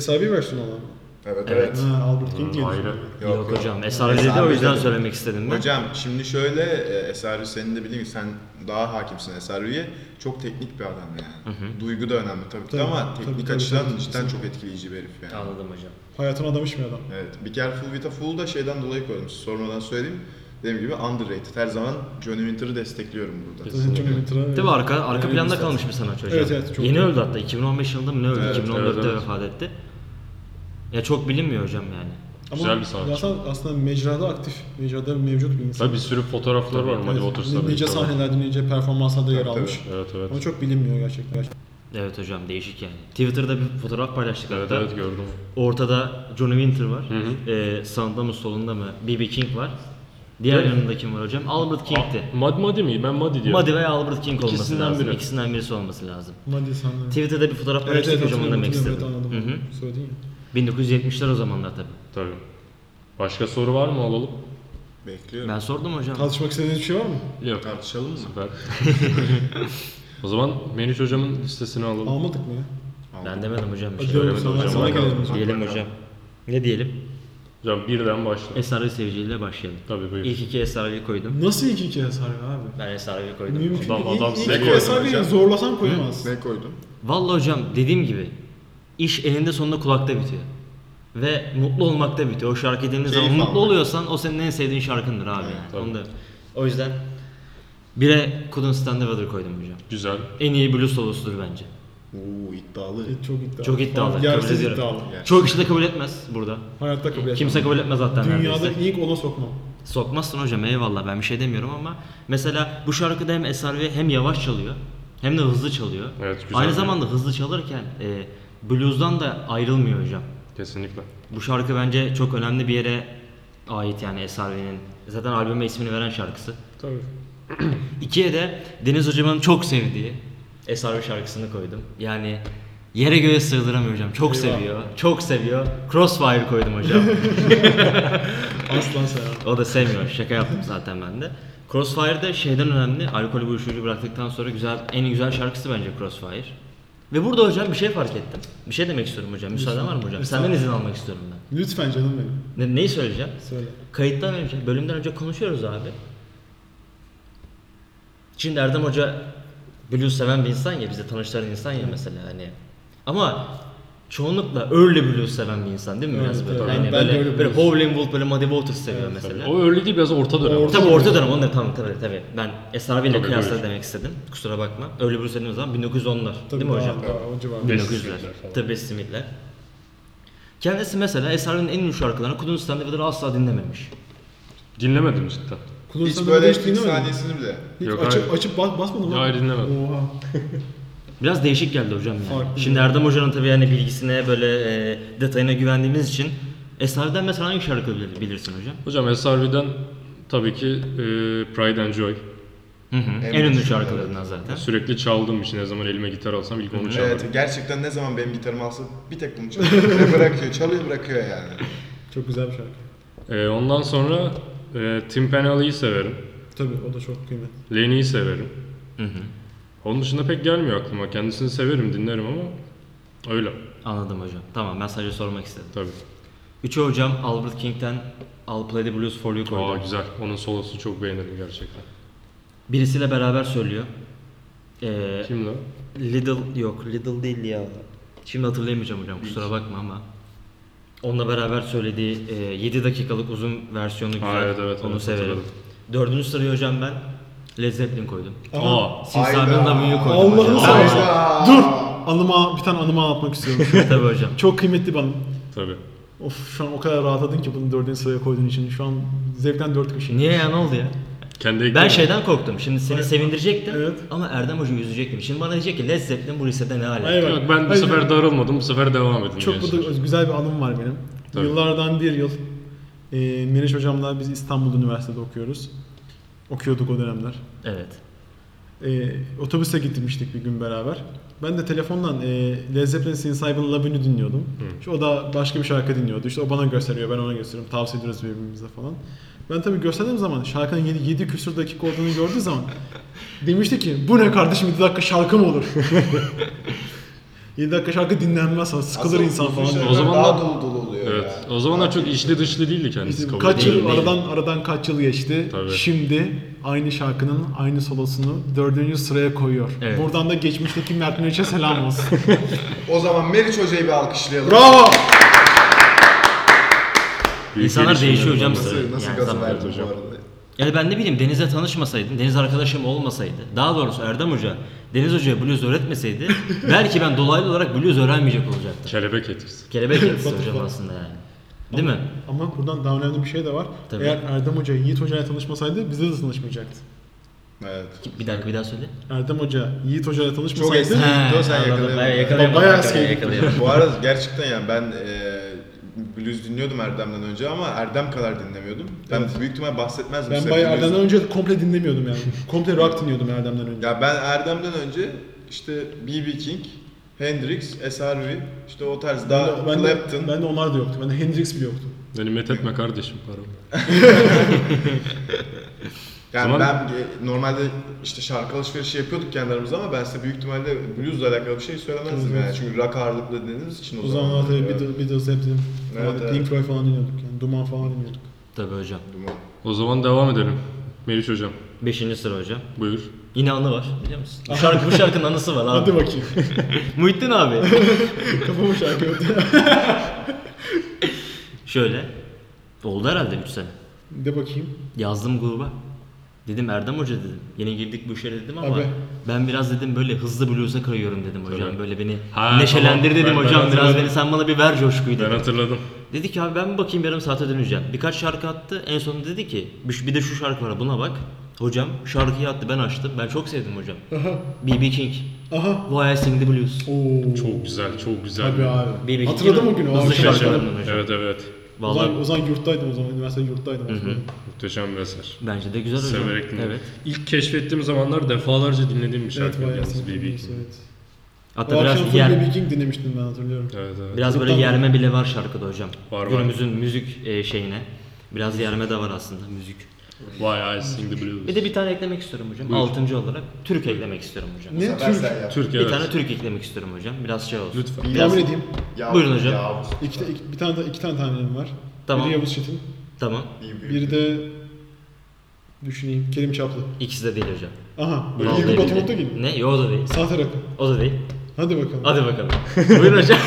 Speaker 3: SRV versiyonu olan mı?
Speaker 4: Evet
Speaker 5: Evet.
Speaker 4: evet.
Speaker 3: Ha, Albert King diye
Speaker 2: Hmm, ayrı.
Speaker 3: düşünüyorum.
Speaker 5: Yok,
Speaker 4: Yok, yok.
Speaker 5: hocam SRV dedi o yüzden
Speaker 4: dedim.
Speaker 5: söylemek istedim ben.
Speaker 4: Hocam şimdi şöyle e, Esarü senin de bildiğin gibi sen daha hakimsin Esarü'ye. Çok teknik bir adam yani. Duygu da önemli tabii, ki
Speaker 3: Tabii,
Speaker 4: ama
Speaker 3: tabii,
Speaker 4: teknik
Speaker 3: tabii,
Speaker 4: açıdan
Speaker 3: tabii,
Speaker 4: cidden
Speaker 3: kesinlikle.
Speaker 4: çok etkileyici bir herif yani.
Speaker 5: Anladım hocam.
Speaker 3: Hayatına adamış bir adam.
Speaker 4: Evet. Be Careful With A Fool da şeyden dolayı koydum. Siz Sormadan söyleyeyim. Dediğim gibi underrated. Her zaman Johnny Winter'ı destekliyorum burada.
Speaker 3: Zaten
Speaker 2: Kesinlikle.
Speaker 3: Johnny Winter'a-
Speaker 5: Değil mi arka arka
Speaker 3: Yani
Speaker 5: planda
Speaker 3: biz-
Speaker 5: kalmış bir sanatçı hocam.
Speaker 3: Evet, evet, çok
Speaker 5: Yeni
Speaker 3: iyi.
Speaker 5: öldü hatta 2015 yılında mı ne öldü?
Speaker 4: Evet,
Speaker 5: 2014'te
Speaker 2: evet, evet.
Speaker 5: vefat etti. Ya çok bilinmiyor hocam yani.
Speaker 2: Güzel bir sanatçı.
Speaker 3: Zaten aslında mecrada aktif, mecrada mevcut bir insan.
Speaker 2: Tabii bir sürü fotoğraflar var Muddy Waters'la
Speaker 3: nice, nice
Speaker 2: birlikte.
Speaker 3: sahnelerde, nice performanslarda yer
Speaker 4: Tabii,
Speaker 3: almış.
Speaker 2: Evet evet.
Speaker 3: Ama çok bilinmiyor gerçekten.
Speaker 5: Evet hocam değişik yani. Twitter'da bir fotoğraf paylaştık
Speaker 2: Evet
Speaker 5: hatta.
Speaker 2: evet gördüm.
Speaker 5: Ortada Johnny Winter var.
Speaker 2: Hı hı.
Speaker 5: Ee, sağında mı solunda mı B.B. King var. Diğer
Speaker 2: Evet.
Speaker 5: yanında kim var hocam? Albert King'ti.
Speaker 2: Mad Muddy mi? Ben Muddy diyorum.
Speaker 5: Muddy veya Albert King olması
Speaker 2: İkisinden
Speaker 5: lazım.
Speaker 2: biri.
Speaker 5: İkisinden birisi olması lazım.
Speaker 3: Maddi sanırım.
Speaker 5: Twitter'da bir fotoğraf
Speaker 3: Evet,
Speaker 5: paylaştık
Speaker 3: evet,
Speaker 5: hocam onu
Speaker 3: hatırlıyorum,
Speaker 5: demek
Speaker 3: hatırlıyorum.
Speaker 5: istedim.
Speaker 3: Evet,
Speaker 5: Hı hı.
Speaker 3: anladım. Söyledin ya.
Speaker 5: 1970'ler o zamanlar tabii.
Speaker 2: Tabii. Başka soru var mı alalım?
Speaker 4: Bekliyorum.
Speaker 5: Ben sordum hocam.
Speaker 3: Tartışmak istediğiniz bir şey var mı?
Speaker 2: Yok.
Speaker 4: Tartışalım mı?
Speaker 2: Süper. o zaman Meriç hocamın listesini alalım.
Speaker 3: Almadık mı ya?
Speaker 5: Ben demedim hocam bir şey.
Speaker 3: Hadi
Speaker 2: öğrenmedim
Speaker 3: sana,
Speaker 2: hocam,
Speaker 3: sana
Speaker 2: bakalım.
Speaker 3: gelelim hocam.
Speaker 5: Diyelim hocam. Ne diyelim?
Speaker 2: Hocam birden başla.
Speaker 5: SRV sevgiliyle başlayalım.
Speaker 2: Tabii buyur.
Speaker 5: İlk iki SRV'yi koydum.
Speaker 3: Nasıl 2 2 hasar ya abi?
Speaker 5: Ben SRV'yi koydum.
Speaker 3: Mümkün
Speaker 2: Adam-
Speaker 3: değil.
Speaker 2: adam
Speaker 3: İlk-
Speaker 2: seviyor
Speaker 3: İlk hasar
Speaker 4: hocam.
Speaker 3: zorlasan koyamaz.
Speaker 4: Ne koydum?
Speaker 5: Vallahi hocam dediğim gibi iş eninde sonunda kulakta bitiyor. Ve mutlu olmakta bitiyor. O şarkı dinlediğin zaman
Speaker 4: Keyif
Speaker 5: mutlu
Speaker 4: almak.
Speaker 5: oluyorsan o senin en sevdiğin şarkındır abi. yani.
Speaker 2: tabii.
Speaker 5: Onu da- O yüzden bire Couldn't Stand the Weather koydum hocam.
Speaker 2: Güzel.
Speaker 5: En iyi blues solosudur bence.
Speaker 4: Oo iddialı.
Speaker 3: E, Çok iddialı.
Speaker 5: Çok iddialı, kabul
Speaker 3: Yersiz
Speaker 5: ediyorum.
Speaker 3: iddialı.
Speaker 4: Yani
Speaker 5: Çoğu kişi de kabul etmez burada.
Speaker 3: Hayatta kabul etmem.
Speaker 5: Kimse kabul etmez zaten
Speaker 3: Dünyada
Speaker 5: neredeyse.
Speaker 3: ilk ona sokmam.
Speaker 5: Sokmazsın hocam eyvallah ben bir şey demiyorum ama mesela bu şarkıda hem SRV hem yavaş çalıyor hem de hızlı çalıyor.
Speaker 2: Evet, güzel
Speaker 5: Aynı
Speaker 2: bir- şey.
Speaker 5: zamanda hızlı çalırken e, blues'dan da ayrılmıyor hocam.
Speaker 2: Kesinlikle.
Speaker 5: Bu şarkı bence çok önemli bir yere ait yani SRV'nin. Zaten albüme ismini veren şarkısı.
Speaker 3: Tabii.
Speaker 5: İkiye de Deniz hocamın çok sevdiği SRV şarkısını koydum. Yani yere göğe sığdıramıyor hocam. Çok
Speaker 3: Eyvah.
Speaker 5: seviyor. Çok seviyor. Crossfire koydum hocam.
Speaker 3: Aslan sever.
Speaker 5: O da sevmiyor. Şaka yaptım zaten ben de. Crossfire'da şeyden önemli. Alkolü bu uyuşturucu bıraktıktan sonra güzel en güzel şarkısı bence Crossfire. Ve burada hocam bir şey fark ettim. Bir şey demek istiyorum hocam. Müsaaden var mı hocam?
Speaker 3: Lütfen.
Speaker 5: Senden izin almak istiyorum ben.
Speaker 3: Lütfen canım benim.
Speaker 5: Ne, neyi söyleyeceğim?
Speaker 3: Söyle.
Speaker 5: Kayıttan önce, bölümden önce konuşuyoruz abi. Şimdi Erdem Hoca blues seven bir insan ya, bizi tanıştıran insan ya mesela hani. Ama çoğunlukla öyle blues seven bir insan değil mi
Speaker 3: Evet,
Speaker 5: biraz böyle?
Speaker 3: evet.
Speaker 5: Yani
Speaker 3: Ben- ben de
Speaker 5: böyle,
Speaker 3: öyle
Speaker 5: böyle
Speaker 3: blues.
Speaker 5: Howlin' Wolf, böyle Muddy Waters seviyor mesela.
Speaker 2: O öyle değil biraz orta dönem.
Speaker 3: Orta-
Speaker 5: Tabii orta dönem onlar tamam tabii tabii. Ben Esra ile
Speaker 2: Tabii,
Speaker 5: kıyasla
Speaker 2: buyur.
Speaker 5: demek istedim. Kusura bakma. Öyle bir söylediğim zaman 1910'lar.
Speaker 3: Tabii
Speaker 5: değil mi hocam?
Speaker 3: Daha, daha, o civarda.
Speaker 2: Beş
Speaker 5: 1900'ler.
Speaker 2: simitler falan.
Speaker 5: Tabii beş simitler. Kendisi mesela Esrar'ın en ünlü şarkılarını Kudun Standı'da asla dinlememiş.
Speaker 2: Dinlemedim cidden.
Speaker 3: Kulun
Speaker 4: Hiç böyle
Speaker 3: hiç
Speaker 4: ilk
Speaker 3: dinlemedin mi?
Speaker 4: saniyesini bile.
Speaker 3: Hiç
Speaker 2: Yok,
Speaker 3: açıp,
Speaker 2: hayır.
Speaker 3: açıp bas, basmadın mı?
Speaker 2: Hayır, dinlemedim.
Speaker 3: Oha.
Speaker 5: Biraz değişik geldi hocam yani.
Speaker 3: Farklı.
Speaker 5: Şimdi Erdem Hoca'nın tabii yani bilgisine böyle e, detayına güvendiğimiz için Esrar'dan mesela hangi şarkı bili- bilirsin hocam?
Speaker 2: Hocam SRV'den tabii ki e, Pride and Joy.
Speaker 5: Hı hı.
Speaker 1: Evet.
Speaker 5: En ünlü şarkılarından zaten.
Speaker 2: Sürekli çaldığım için ne zaman elime gitar alsam ilk onu çalarım.
Speaker 1: Evet gerçekten ne zaman benim gitarımı alsa bir tek bunu çalıyor. bırakıyor, çalıyor bırakıyor yani.
Speaker 3: Çok güzel bir şarkı.
Speaker 2: E, ondan sonra e, Tim Penally'yi severim.
Speaker 3: Tabii o da çok kıymetli.
Speaker 2: Lenny'i severim.
Speaker 5: Hı hı.
Speaker 2: Onun dışında pek gelmiyor aklıma. Kendisini severim, dinlerim ama öyle
Speaker 5: Anladım hocam. Tamam ben sadece sormak istedim.
Speaker 2: tabii.
Speaker 5: Üçü hocam Albert King'den I'll Play the Blues For You
Speaker 2: Aa
Speaker 5: koydu.
Speaker 2: güzel. Onun solosunu çok beğenirim gerçekten.
Speaker 5: Birisiyle beraber söylüyor. Ee,
Speaker 2: Kimdi o?
Speaker 5: Lidl yok Lidl değil ya. Şimdi hatırlayamayacağım hocam kusura bakma ama. Onunla beraber söylediği e, 7 dakikalık uzun versiyonu güzel.
Speaker 2: Aa, evet, evet,
Speaker 5: Onu
Speaker 2: evet,
Speaker 5: severim.
Speaker 2: hatırladım.
Speaker 5: Dördüncü sıraya hocam ben Led Zeppelin koydum.
Speaker 3: Aha.
Speaker 2: Aa.
Speaker 5: Sinsabi'nin
Speaker 1: Hayda.
Speaker 5: W'yu koydum.
Speaker 3: Allah'ını
Speaker 5: hocam.
Speaker 3: seversen.
Speaker 1: Hayda.
Speaker 3: Dur! Anıma, bir tane anıma anlatmak istiyorum.
Speaker 5: Tabii hocam.
Speaker 3: çok kıymetli bir anım.
Speaker 2: Tabii.
Speaker 3: Of şu an o kadar rahatladın ki bunu dördüncü sıraya koyduğun için. Şu an zevkten dört kişi.
Speaker 5: Niye ya ne oldu ya?
Speaker 2: Kendi
Speaker 5: Ben şey-
Speaker 2: ekledim.
Speaker 5: şeyden korktum. Şimdi seni
Speaker 3: Evet.
Speaker 5: sevindirecektim
Speaker 3: Evet.
Speaker 5: ama Erdem Hoca üzecektim. Şimdi bana diyecek ki Led Zeppelin bu lisede ne alaka?
Speaker 3: Hayır,
Speaker 2: Yok ben bu
Speaker 3: Hayır.
Speaker 2: sefer darılmadım. Bu sefer devam edin.
Speaker 3: Çok bu
Speaker 2: gençler.
Speaker 3: da güzel bir anım var benim.
Speaker 2: Tabii.
Speaker 3: Yıllardan bir yıl e, Meriç hocamla biz İstanbul Üniversitesi'de okuyoruz. Okuyorduk o dönemler.
Speaker 5: Evet.
Speaker 3: E, otobüse gitmiştik bir gün beraber. Ben de telefondan e, Led Zeppelin Sin Cyber Love'ını dinliyordum. İşte o da başka bir şarkı dinliyordu. İşte o bana gösteriyor, ben ona gösteriyorum. Tavsiye ediyoruz birbirimize falan. Ben tabii gösterdiğim zaman şarkının 7, 7 küsur dakika olduğunu gördüğü zaman demişti ki bu ne kardeşim 7 dakika şarkı mı olur? 7 dakika şarkı dinlenmez sonra sıkılır
Speaker 1: Aslında
Speaker 3: insan
Speaker 1: uzun
Speaker 3: falan.
Speaker 1: şarkılar
Speaker 2: O zamanlar-
Speaker 1: daha dolu dolu oluyor
Speaker 2: Evet.
Speaker 1: ya.
Speaker 2: O zamanlar çok içli dışlı değildi kendisi.
Speaker 3: İşte
Speaker 2: kabul
Speaker 3: kaç
Speaker 2: ediyorum.
Speaker 3: yıl aradan aradan kaç yıl geçti.
Speaker 2: Tabii.
Speaker 3: Şimdi aynı şarkının aynı solosunu dördüncü sıraya koyuyor.
Speaker 5: Evet.
Speaker 3: Buradan da geçmişteki Mert Meriç'e selam olsun.
Speaker 1: O zaman Meriç Hoca'yı bir alkışlayalım.
Speaker 3: Bravo!
Speaker 2: Büyük
Speaker 5: İnsanlar
Speaker 2: gelişimler
Speaker 5: değişiyor hocam
Speaker 2: bunlar.
Speaker 5: sırada.
Speaker 1: Nasıl, nasıl
Speaker 5: Yani
Speaker 1: gaza
Speaker 5: zaman-
Speaker 1: verdin bu
Speaker 2: hocam.
Speaker 1: arada?
Speaker 5: Yani ben ne bileyim Deniz'le tanışmasaydım, Deniz arkadaşım olmasaydı, daha doğrusu Erdem Hoca Deniz Hoca'ya blues öğretmeseydi belki ben dolaylı olarak blues öğrenmeyecek olacaktım.
Speaker 2: Kelebek etkisi.
Speaker 5: Kelebek etkisi hocam aslında yani. Değil mi?
Speaker 3: Ama buradan daha önemli bir şey de var.
Speaker 5: Tabii.
Speaker 3: Eğer Erdem Hoca Yiğit Hoca'yla tanışmasaydı bizle de tanışmayacaktı.
Speaker 1: Evet.
Speaker 5: Bir dakika bir daha söyle.
Speaker 3: Erdem Hoca Yiğit Hoca'yla
Speaker 1: Çok
Speaker 3: tanışmasaydı
Speaker 1: eski. Dur sen
Speaker 5: anladım. Ben
Speaker 1: yakalayalım.
Speaker 5: yakalayamadım,
Speaker 3: Bayağı eski.
Speaker 5: yakalayamadım, yakalayamadım.
Speaker 1: Bu arada gerçekten yani ben eee blues dinliyordum Erdem'den önce ama Erdem kadar dinlemiyordum. Ben
Speaker 3: Evet.
Speaker 1: büyük ihtimal bahsetmezdim.
Speaker 3: ben
Speaker 1: size
Speaker 3: bayağı
Speaker 1: blues'dan.
Speaker 3: Erdem'den önce komple dinlemiyordum yani. komple rock dinliyordum Erdem'den önce.
Speaker 1: Ya ben Erdem'den önce işte B.B. King, Hendrix, SRV, işte o tarz daha
Speaker 3: ben, de,
Speaker 1: Clapton.
Speaker 3: ben de onlar da yoktu. Ben de Hendrix bile yoktu.
Speaker 2: Beni met etme kardeşim paramı.
Speaker 1: yani
Speaker 2: Zaman-
Speaker 1: ben e, normalde işte şarkı alışverişi yapıyorduk kendi aramızda ama ben size büyük ihtimalle bluesla alakalı bir şey söylemezdim
Speaker 3: Tabii,
Speaker 1: yani.
Speaker 3: evet.
Speaker 1: Çünkü rock ağırlıklı dediğiniz için o,
Speaker 3: O zamanlar tabii
Speaker 1: Evet.
Speaker 3: Beatles, Beatles hep dinliyorduk.
Speaker 1: Evet,
Speaker 3: Falan,
Speaker 1: evet.
Speaker 3: Pink Floyd falan dinliyorduk. Yani Duman falan dinliyorduk.
Speaker 5: Tabii hocam.
Speaker 1: Duman.
Speaker 2: O zaman devam edelim. Meriç hocam
Speaker 5: Beşinci sıra hocam.
Speaker 2: buyur.
Speaker 5: Yine anı var biliyor musun? Bu, şarkı, bu şarkının anısı var abi.
Speaker 3: Hadi bakayım.
Speaker 5: Muhittin abi.
Speaker 3: Kafamı şarkı öptü.
Speaker 5: Şöyle. Oldu herhalde 3 sene.
Speaker 3: De bakayım.
Speaker 5: Yazdım gruba. Dedim Erdem Hoca dedim. Yeni girdik bu işe dedim ama
Speaker 3: Abi.
Speaker 5: ben biraz dedim böyle hızlı blues'a kayıyorum dedim hocam.
Speaker 2: Tabii.
Speaker 5: Böyle beni
Speaker 2: Ha,
Speaker 5: neşelendir
Speaker 2: tamam.
Speaker 5: dedim
Speaker 2: Ben- ben
Speaker 5: hocam. biraz
Speaker 2: hatırladım.
Speaker 5: beni sen bana bir ver coşkuyu
Speaker 2: Ben
Speaker 5: dedim.
Speaker 2: hatırladım.
Speaker 5: Dedi ki abi ben bir bakayım yarım saate döneceğim. Birkaç şarkı attı. En sonunda dedi ki "Bir- bir de şu şarkı var buna bak. Hocam şarkıyı attı ben açtım. Ben çok sevdim hocam.
Speaker 3: Aha.
Speaker 5: B.B. King.
Speaker 3: Aha.
Speaker 5: Why I Sing the Blues.
Speaker 3: Oo.
Speaker 2: Çok güzel, çok güzel.
Speaker 3: Tabii
Speaker 5: Bir- bir-
Speaker 3: abi. Hatırladım
Speaker 5: değil
Speaker 3: o
Speaker 5: mi?
Speaker 3: günü.
Speaker 5: Hızlı
Speaker 3: abi.
Speaker 5: şarkı.
Speaker 3: Hatırladım.
Speaker 5: Hatırladım hocam.
Speaker 2: Evet evet.
Speaker 3: O zaman, o
Speaker 5: Vallahi
Speaker 3: zaman yurttaydım o zaman. Üniversitede yurttaydım. hatırladım.
Speaker 2: Muhteşem bir eser.
Speaker 5: bence de güzel hocam.
Speaker 2: Severek dinledim.
Speaker 5: Evet.
Speaker 2: İlk keşfettiğim zamanlar defalarca dinlediğim bir
Speaker 3: Evet
Speaker 2: şarkı
Speaker 3: bayağı
Speaker 2: yalnız
Speaker 3: sevdim.
Speaker 2: BB
Speaker 3: Evet.
Speaker 2: King.
Speaker 5: Hatta
Speaker 3: O
Speaker 5: biraz
Speaker 3: akşam
Speaker 5: yer,
Speaker 3: Full BB King dinlemiştim ben hatırlıyorum.
Speaker 2: Evet evet.
Speaker 5: Biraz böyle
Speaker 3: Gruptan-
Speaker 5: yerme bile var şarkıda hocam.
Speaker 2: Var, var.
Speaker 5: Günümüzün müzik e, şeyine. Biraz yerme de var aslında müzik.
Speaker 2: Why I Sing the Blues.
Speaker 5: Bir de bir tane eklemek istiyorum hocam.
Speaker 2: Buyur.
Speaker 5: Altıncı olarak Türk eklemek istiyorum hocam.
Speaker 1: Bu
Speaker 3: Ne
Speaker 1: sefer
Speaker 3: Türk?
Speaker 1: sen yap.
Speaker 2: Türk
Speaker 5: Bir
Speaker 2: evet.
Speaker 5: tane Türk eklemek istiyorum hocam. Biraz şey olsun.
Speaker 2: Lütfen.
Speaker 3: Tahmin edeyim.
Speaker 1: Yav-
Speaker 5: Buyurun hocam.
Speaker 1: yav-
Speaker 3: İki, de- iki- bir tane de- iki tane tahminim var.
Speaker 5: Tamam.
Speaker 3: Biri Yavuz Çetin,
Speaker 5: Tamam.
Speaker 1: iyi bir-
Speaker 3: biri de düşüneyim Kerim Çaplı.
Speaker 5: İkisi de değil hocam.
Speaker 3: Aha.
Speaker 5: Bunu
Speaker 3: İlk
Speaker 5: anlayabildim.
Speaker 3: Batumut'ta gibi.
Speaker 5: Ne? Yo o da değil.
Speaker 3: Sahte rakı.
Speaker 5: O da değil.
Speaker 3: Hadi bakalım.
Speaker 5: Hadi bakalım. Buyurun hocam.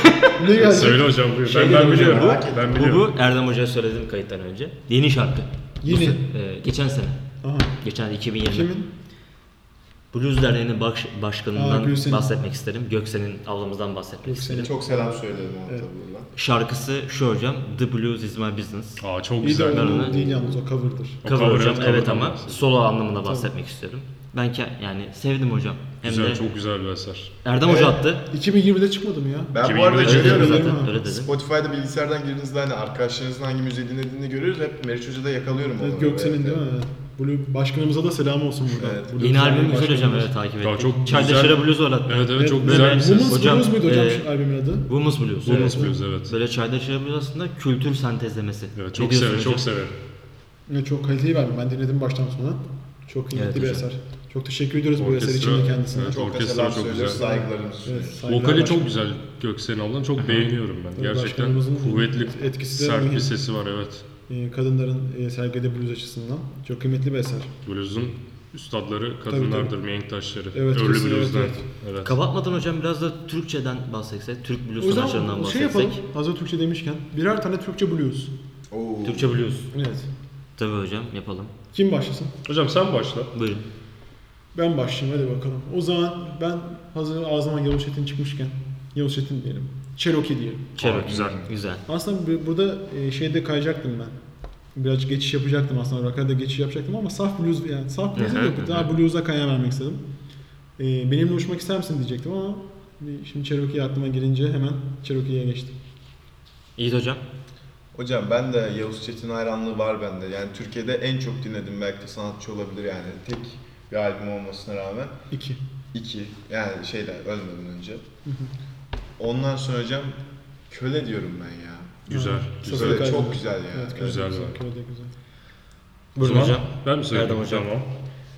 Speaker 3: Ne geldi?
Speaker 2: Söyle hocam buyur.
Speaker 5: Şey
Speaker 2: ben,
Speaker 5: dedim
Speaker 2: ben
Speaker 5: hocam,
Speaker 2: biliyorum.
Speaker 5: bu-
Speaker 2: ben
Speaker 5: Bu,
Speaker 2: biliyorum.
Speaker 5: bu Erdem Hoca'ya söyledim kayıttan önce. Yeni şarkı. Bu
Speaker 3: Yeni.
Speaker 5: se- e, geçen sene.
Speaker 3: Aha.
Speaker 5: Geçen 2020.
Speaker 3: Kimin?
Speaker 5: Blues Derneği'nin baş,
Speaker 3: Aa,
Speaker 5: başkanından
Speaker 3: Gülsen'in.
Speaker 5: bahsetmek isterim. Göksel'in ablamızdan bahsetmek
Speaker 3: Göksel'e
Speaker 5: isterim.
Speaker 4: Çok selam söyledim ona tabii buradan.
Speaker 5: Şarkısı şu hocam. The Blues is my business.
Speaker 2: Aa çok
Speaker 3: İyi de
Speaker 2: güzel.
Speaker 3: onun
Speaker 5: Aynen.
Speaker 3: değil yalnız o cover'dır.
Speaker 2: O
Speaker 5: Cover
Speaker 2: cover,
Speaker 5: hocam
Speaker 2: evet,
Speaker 5: evet
Speaker 2: cover'dan
Speaker 5: ama
Speaker 2: bahsediyorum.
Speaker 5: solo anlamında bahsetmek istiyorum. Ben ke- yani sevdim hocam. Hem
Speaker 2: Güzel,
Speaker 5: de
Speaker 2: çok güzel bir eser.
Speaker 5: Erdem Hoca attı.
Speaker 3: 2020'de çıkmadım ya.
Speaker 4: Ben bu
Speaker 2: 2020'de
Speaker 4: arada
Speaker 2: çıktı.
Speaker 5: Öyle
Speaker 4: görüyorum
Speaker 5: dedi
Speaker 3: Biliyorum
Speaker 5: zaten.
Speaker 3: ama.
Speaker 5: Öyle dedi.
Speaker 4: Spotify'da bilgisayardan girdiğinizde hani arkadaşlarınızın hangi müziği dinlediğini görüyoruz. Hep Meriç Hoca'da yakalıyorum onu.
Speaker 3: Evet, Göksel'in
Speaker 4: Evet,
Speaker 3: değil mi? Evet. Blue başkanımıza da selam olsun buradan.
Speaker 4: Evet.
Speaker 3: Blue
Speaker 5: Yeni
Speaker 3: Derneği
Speaker 5: albüm güzel hocam
Speaker 3: başkanımız.
Speaker 5: evet takip
Speaker 2: Ya
Speaker 5: ettik.
Speaker 2: çok
Speaker 5: Çayda
Speaker 2: güzel.
Speaker 5: Şıra Blues var hatta.
Speaker 2: Evet evet çok
Speaker 3: Evet,
Speaker 2: güzel bir
Speaker 5: evet.
Speaker 2: ses.
Speaker 3: Woman's
Speaker 5: Hocam,
Speaker 3: Blues muydu hocam
Speaker 5: e,
Speaker 3: şu albümün adı?
Speaker 5: Women's Blues.
Speaker 2: Woman's
Speaker 5: evet.
Speaker 2: Blues evet.
Speaker 5: Böyle Çayda Şıra Blues aslında kültür sentezlemesi.
Speaker 2: Evet
Speaker 5: Ne
Speaker 2: çok
Speaker 5: diyorsun
Speaker 2: severim,
Speaker 5: hocam?
Speaker 2: çok severim.
Speaker 3: Ne çok kaliteli bir albüm. Ben dinledim baştan sona. Çok kıymetli
Speaker 5: Evet
Speaker 3: bir
Speaker 5: hocam.
Speaker 3: eser. Çok teşekkür ediyoruz bu eser
Speaker 2: Orkestra,
Speaker 3: için de kendisine.
Speaker 2: evet,
Speaker 4: Çok da
Speaker 2: Orkestra
Speaker 4: selam
Speaker 2: çok
Speaker 4: söylüyoruz.
Speaker 2: güzel.
Speaker 4: Saygılarımızı
Speaker 3: Evet,
Speaker 4: sunuyoruz.
Speaker 3: saygılar
Speaker 2: Vokali
Speaker 3: başkanım.
Speaker 2: çok güzel Göksel'in ablan. Çok beğeniyorum ben.
Speaker 3: Tabii
Speaker 2: Gerçekten
Speaker 3: başkanımızın
Speaker 2: kuvvetli,
Speaker 3: etkisi de
Speaker 2: sert
Speaker 3: mühim.
Speaker 2: bir sesi var evet.
Speaker 3: E, kadınların e, sergide blues açısından. Çok kıymetli bir eser.
Speaker 2: Blues'un üstadları kadınlardır, mihenk taşları.
Speaker 3: Evet,
Speaker 2: Early
Speaker 3: kesin, evet,
Speaker 2: blues'dan.
Speaker 3: evet.
Speaker 2: Evet.
Speaker 5: Kapatmadan hocam biraz da Türkçeden bahsetsek, Türk
Speaker 3: o
Speaker 5: blues
Speaker 3: yüzden
Speaker 5: sanatçılarından
Speaker 3: şey
Speaker 5: bahsetsek.
Speaker 3: yapalım. Hazır Türkçe demişken. Birer tane Türkçe blues.
Speaker 4: Oo.
Speaker 5: Türkçe blues.
Speaker 3: Evet.
Speaker 5: Tabii hocam yapalım.
Speaker 3: Kim başlasın?
Speaker 2: Hocam sen başla.
Speaker 5: Buyurun.
Speaker 3: Ben başlayayım hadi bakalım. O zaman ben hazır ağzıma Yavuz Çetin çıkmışken. Yavuz Çetin diyelim. Cherokee diyelim.
Speaker 5: Çevir.
Speaker 2: güzel.
Speaker 5: Güzel.
Speaker 3: Aslında bu- burada e, şeyde kayacaktım ben. Biraz geçiş yapacaktım aslında. Rock'a da geçiş yapacaktım ama saf blues yani saf blues
Speaker 5: Hı hı,
Speaker 3: yok.
Speaker 5: hı
Speaker 3: Daha blues'a kayan vermek istedim. E, benimle uçmak ister misin diyecektim ama e, şimdi Cherokee aklıma gelince hemen Cherokee'ye geçtim.
Speaker 5: İyi hocam.
Speaker 4: Hocam ben de Yavuz Çetin hayranlığı var bende. Yani Türkiye'de en çok dinlediğim belki de sanatçı olabilir yani. Tek bir albüm olmasına rağmen.
Speaker 3: İki.
Speaker 4: iki yani şeyler ölmeden önce. Ondan sonra hocam köle diyorum ben ya.
Speaker 2: Güzel.
Speaker 3: Sofya
Speaker 2: Güzel.
Speaker 4: Köle
Speaker 3: Kaydı.
Speaker 4: çok güzel ya.
Speaker 3: Evet, köy
Speaker 2: Ee, güzel
Speaker 3: de güzel.
Speaker 2: var.
Speaker 3: köy de güzel.
Speaker 2: O
Speaker 5: Buyurun
Speaker 2: zaman
Speaker 5: hocam.
Speaker 2: Ben mi söyleyeyim?
Speaker 5: Erdem hocam.
Speaker 2: Tamam.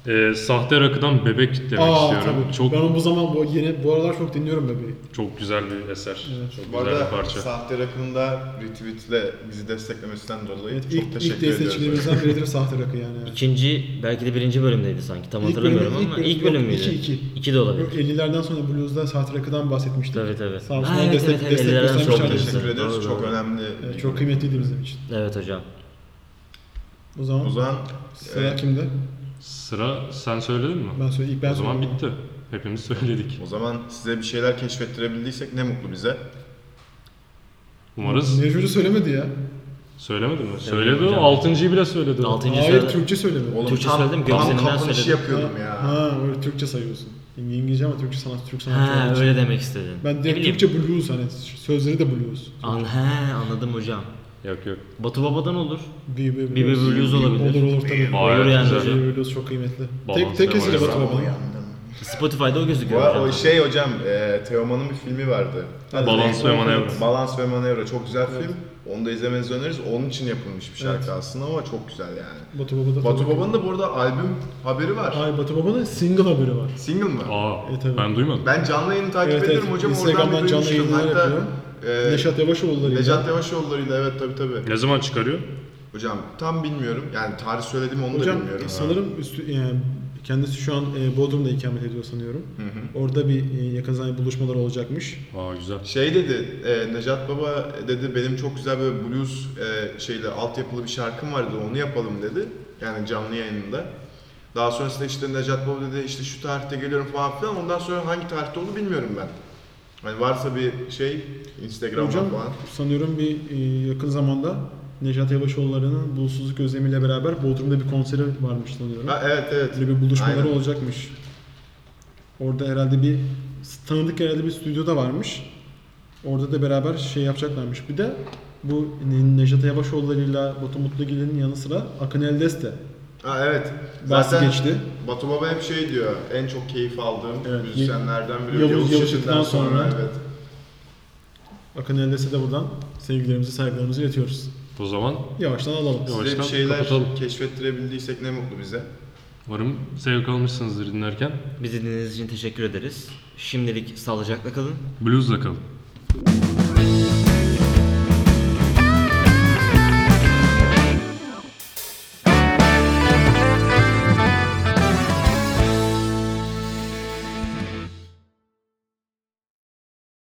Speaker 2: Ee, sahte rakıdan bebek demek
Speaker 3: Aa
Speaker 2: istiyorum.
Speaker 3: tabii.
Speaker 2: Çok
Speaker 3: Ben onu bu zaman bu yeni bu aralar çok dinliyorum bebeği.
Speaker 2: çok güzel bir eser.
Speaker 3: Evet.
Speaker 2: Çok
Speaker 4: Bu
Speaker 2: güzel bir
Speaker 4: arada
Speaker 2: parça.
Speaker 4: sahte rakımda retweetle bizi desteklemesinden dolayı
Speaker 3: Evet,
Speaker 4: çok
Speaker 3: ilk, ilk
Speaker 4: teşekkür ediyoruz. hocam.
Speaker 3: destekleyicilerimizden biridir sahte rakı yani. Evet.
Speaker 5: İkinci belki de birinci bölümdeydi sanki. Tam
Speaker 3: İlk
Speaker 5: hatırlamıyorum
Speaker 3: bölümü-
Speaker 5: ama
Speaker 3: ilk
Speaker 5: ilk
Speaker 3: bölüm-
Speaker 5: bölüm
Speaker 3: yok,
Speaker 5: müydü?
Speaker 3: iki, iki.
Speaker 5: İki de
Speaker 3: Yok,
Speaker 5: olabilir.
Speaker 3: 50'lerden sonra blues'da sahte rakıdan bahsetmiştik.
Speaker 5: Tabii tabii.
Speaker 3: Sağ olsun.
Speaker 5: Ha,
Speaker 3: Onu
Speaker 5: evet,
Speaker 3: destek-
Speaker 5: evet, evet,
Speaker 3: destek
Speaker 5: ellerden
Speaker 3: göstermiş
Speaker 5: çok
Speaker 3: abi.
Speaker 5: güzel.
Speaker 4: Teşekkür ediyoruz.
Speaker 5: Doğru,
Speaker 4: çok
Speaker 5: doğru.
Speaker 4: önemli.
Speaker 3: Evet,
Speaker 4: bir
Speaker 3: çok
Speaker 4: gün.
Speaker 3: kıymetliydi bizim için.
Speaker 5: Evet hocam.
Speaker 3: O zaman,
Speaker 4: O zaman
Speaker 3: sıra
Speaker 4: e,
Speaker 3: kimde?
Speaker 2: Sıra sen söyledin mi?
Speaker 3: Ben söyleyeyim. ilk ben
Speaker 2: o zaman
Speaker 3: söyleyeyim.
Speaker 2: bitti. Hepimiz söyledik.
Speaker 4: o zaman size bir şeyler keşfettirebildiysek ne mutlu bize.
Speaker 2: Umarız.
Speaker 3: Necuri söylemedi ya.
Speaker 2: Söylemedin mi?
Speaker 5: Söyledim
Speaker 2: Söyledi.
Speaker 5: hocam.
Speaker 2: Altıncıyı bile söyledi. o.
Speaker 5: Altıncı
Speaker 3: Hayır
Speaker 5: sırada.
Speaker 3: Türkçe söylemedi.
Speaker 4: Oğlum
Speaker 5: Türkçe
Speaker 4: tam,
Speaker 5: söyledim,
Speaker 4: tam
Speaker 5: gözlerinden
Speaker 4: kapanışı
Speaker 5: söyledim.
Speaker 4: yapıyordum ya.
Speaker 3: Ha öyle Türkçe sayıyorsun. İngilizce ama Türkçe sanat, Türk sanatçı
Speaker 5: Ha
Speaker 3: olduğu için.
Speaker 5: öyle demek istedin.
Speaker 3: Ben
Speaker 5: Ne
Speaker 3: direkt
Speaker 5: bileyim.
Speaker 3: Türkçe blues hani sözleri de blues.
Speaker 5: An he anladım hocam.
Speaker 2: Yok yok.
Speaker 5: Batu Baba'dan olur.
Speaker 3: BB
Speaker 5: BB Blues olabilir.
Speaker 3: Olur olur tabii.
Speaker 2: Bayağı
Speaker 5: Olur yani
Speaker 2: güzel.
Speaker 5: hocam.
Speaker 3: BB Blues çok kıymetli.
Speaker 2: Balans
Speaker 3: Tek tek
Speaker 2: devam
Speaker 3: eseri
Speaker 2: ediyor.
Speaker 3: Batı Baba'nın.
Speaker 5: Spotify'da o
Speaker 4: Bu
Speaker 5: gözüküyor
Speaker 4: arada
Speaker 5: hocam.
Speaker 4: o şey hocam, e, Teoman'ın bir filmi vardı.
Speaker 2: Balans ve manevra.
Speaker 4: Balans ve Manevra çok güzel film. Onu da izlemenizi öneririz. Onun için yapılmış bir şarkı aslında ama çok güzel yani.
Speaker 3: Batı Baba'da.
Speaker 4: Batu
Speaker 3: tabii.
Speaker 4: Baba'nın da burada albüm haberi var.
Speaker 3: Hayır Batı Baba'nın single haberi var.
Speaker 4: Single mı?
Speaker 2: Aa
Speaker 3: E, tabii.
Speaker 2: ben duymadım.
Speaker 4: Ben canlı yayını takip
Speaker 3: Evet,
Speaker 4: ediyorum
Speaker 3: evet.
Speaker 4: hocam.
Speaker 3: Instagram'dan
Speaker 4: Oradan bir
Speaker 3: canlı
Speaker 4: duymuştum.
Speaker 3: yayınlar
Speaker 4: Hatta
Speaker 3: yapıyor.
Speaker 4: e, Neşat,
Speaker 3: Neşat Yavaşoğulları.
Speaker 4: Yavaşoğulları'yla evet tabii tabii.
Speaker 2: Ne zaman çıkarıyor?
Speaker 4: Hocam tam bilmiyorum. Yani tarih söyledim onu da
Speaker 3: Hocam
Speaker 4: bilmiyorum.
Speaker 3: sanırım üstü, yani kendisi şu an e, Bodrum'da ikamet ediyor sanıyorum. Orada bir e, yakın zamanda buluşmalar olacakmış.
Speaker 2: Aa güzel.
Speaker 4: Şey dedi, e, Necat Baba dedi benim çok güzel böyle blues e, şeyle altyapılı bir şarkım var dedi onu yapalım dedi. Yani canlı yayınında. Daha sonrasında işte Necat Baba dedi işte şu tarihte geliyorum falan filan. Ondan sonra hangi tarihte oldu bilmiyorum ben. Hani varsa bir şey Instagram'da
Speaker 3: Hocam
Speaker 4: falan.
Speaker 3: sanıyorum bir e, yakın zamanda Necat Yavaşoğulları'nın bulutsuzluk özlemiyle beraber Bodrum'da bir konseri varmış sanıyorum.
Speaker 4: Ha, evet evet.
Speaker 3: Böyle bir buluşmaları
Speaker 4: Aynen.
Speaker 3: olacakmış. Orada herhalde bir tanıdık herhalde bir stüdyo da varmış. Orada da beraber şey yapacaklarmış. Bir de bu Necat Yavaşoğulları'yla Batu Mutlugil'in yanı sıra Akın Eldes de
Speaker 4: Ha evet.
Speaker 3: bahsi
Speaker 4: Zaten
Speaker 3: geçti.
Speaker 4: Batu Baba hep şey diyor. En çok keyif aldığım
Speaker 3: Evet.
Speaker 4: müzisyenlerden biri.
Speaker 3: Yavuz- Yavuz
Speaker 4: Çetin'den
Speaker 3: Çetin'den sonra.
Speaker 4: evet.
Speaker 3: Akın Eldes'e de buradan sevgilerimizi, saygılarımızı iletiyoruz.
Speaker 2: O zaman
Speaker 3: Yavaştan alalım.
Speaker 2: Yok.
Speaker 4: Size bir
Speaker 2: Yavaştan
Speaker 4: şeyler
Speaker 2: kapatalım.
Speaker 4: keşfettirebildiysek ne mutlu bize.
Speaker 2: umarım zevk almışsınızdır dinlerken.
Speaker 5: Bizi dinlediğiniz için teşekkür ederiz. Şimdilik sağlıcakla kalın.
Speaker 2: Blues'la kalın.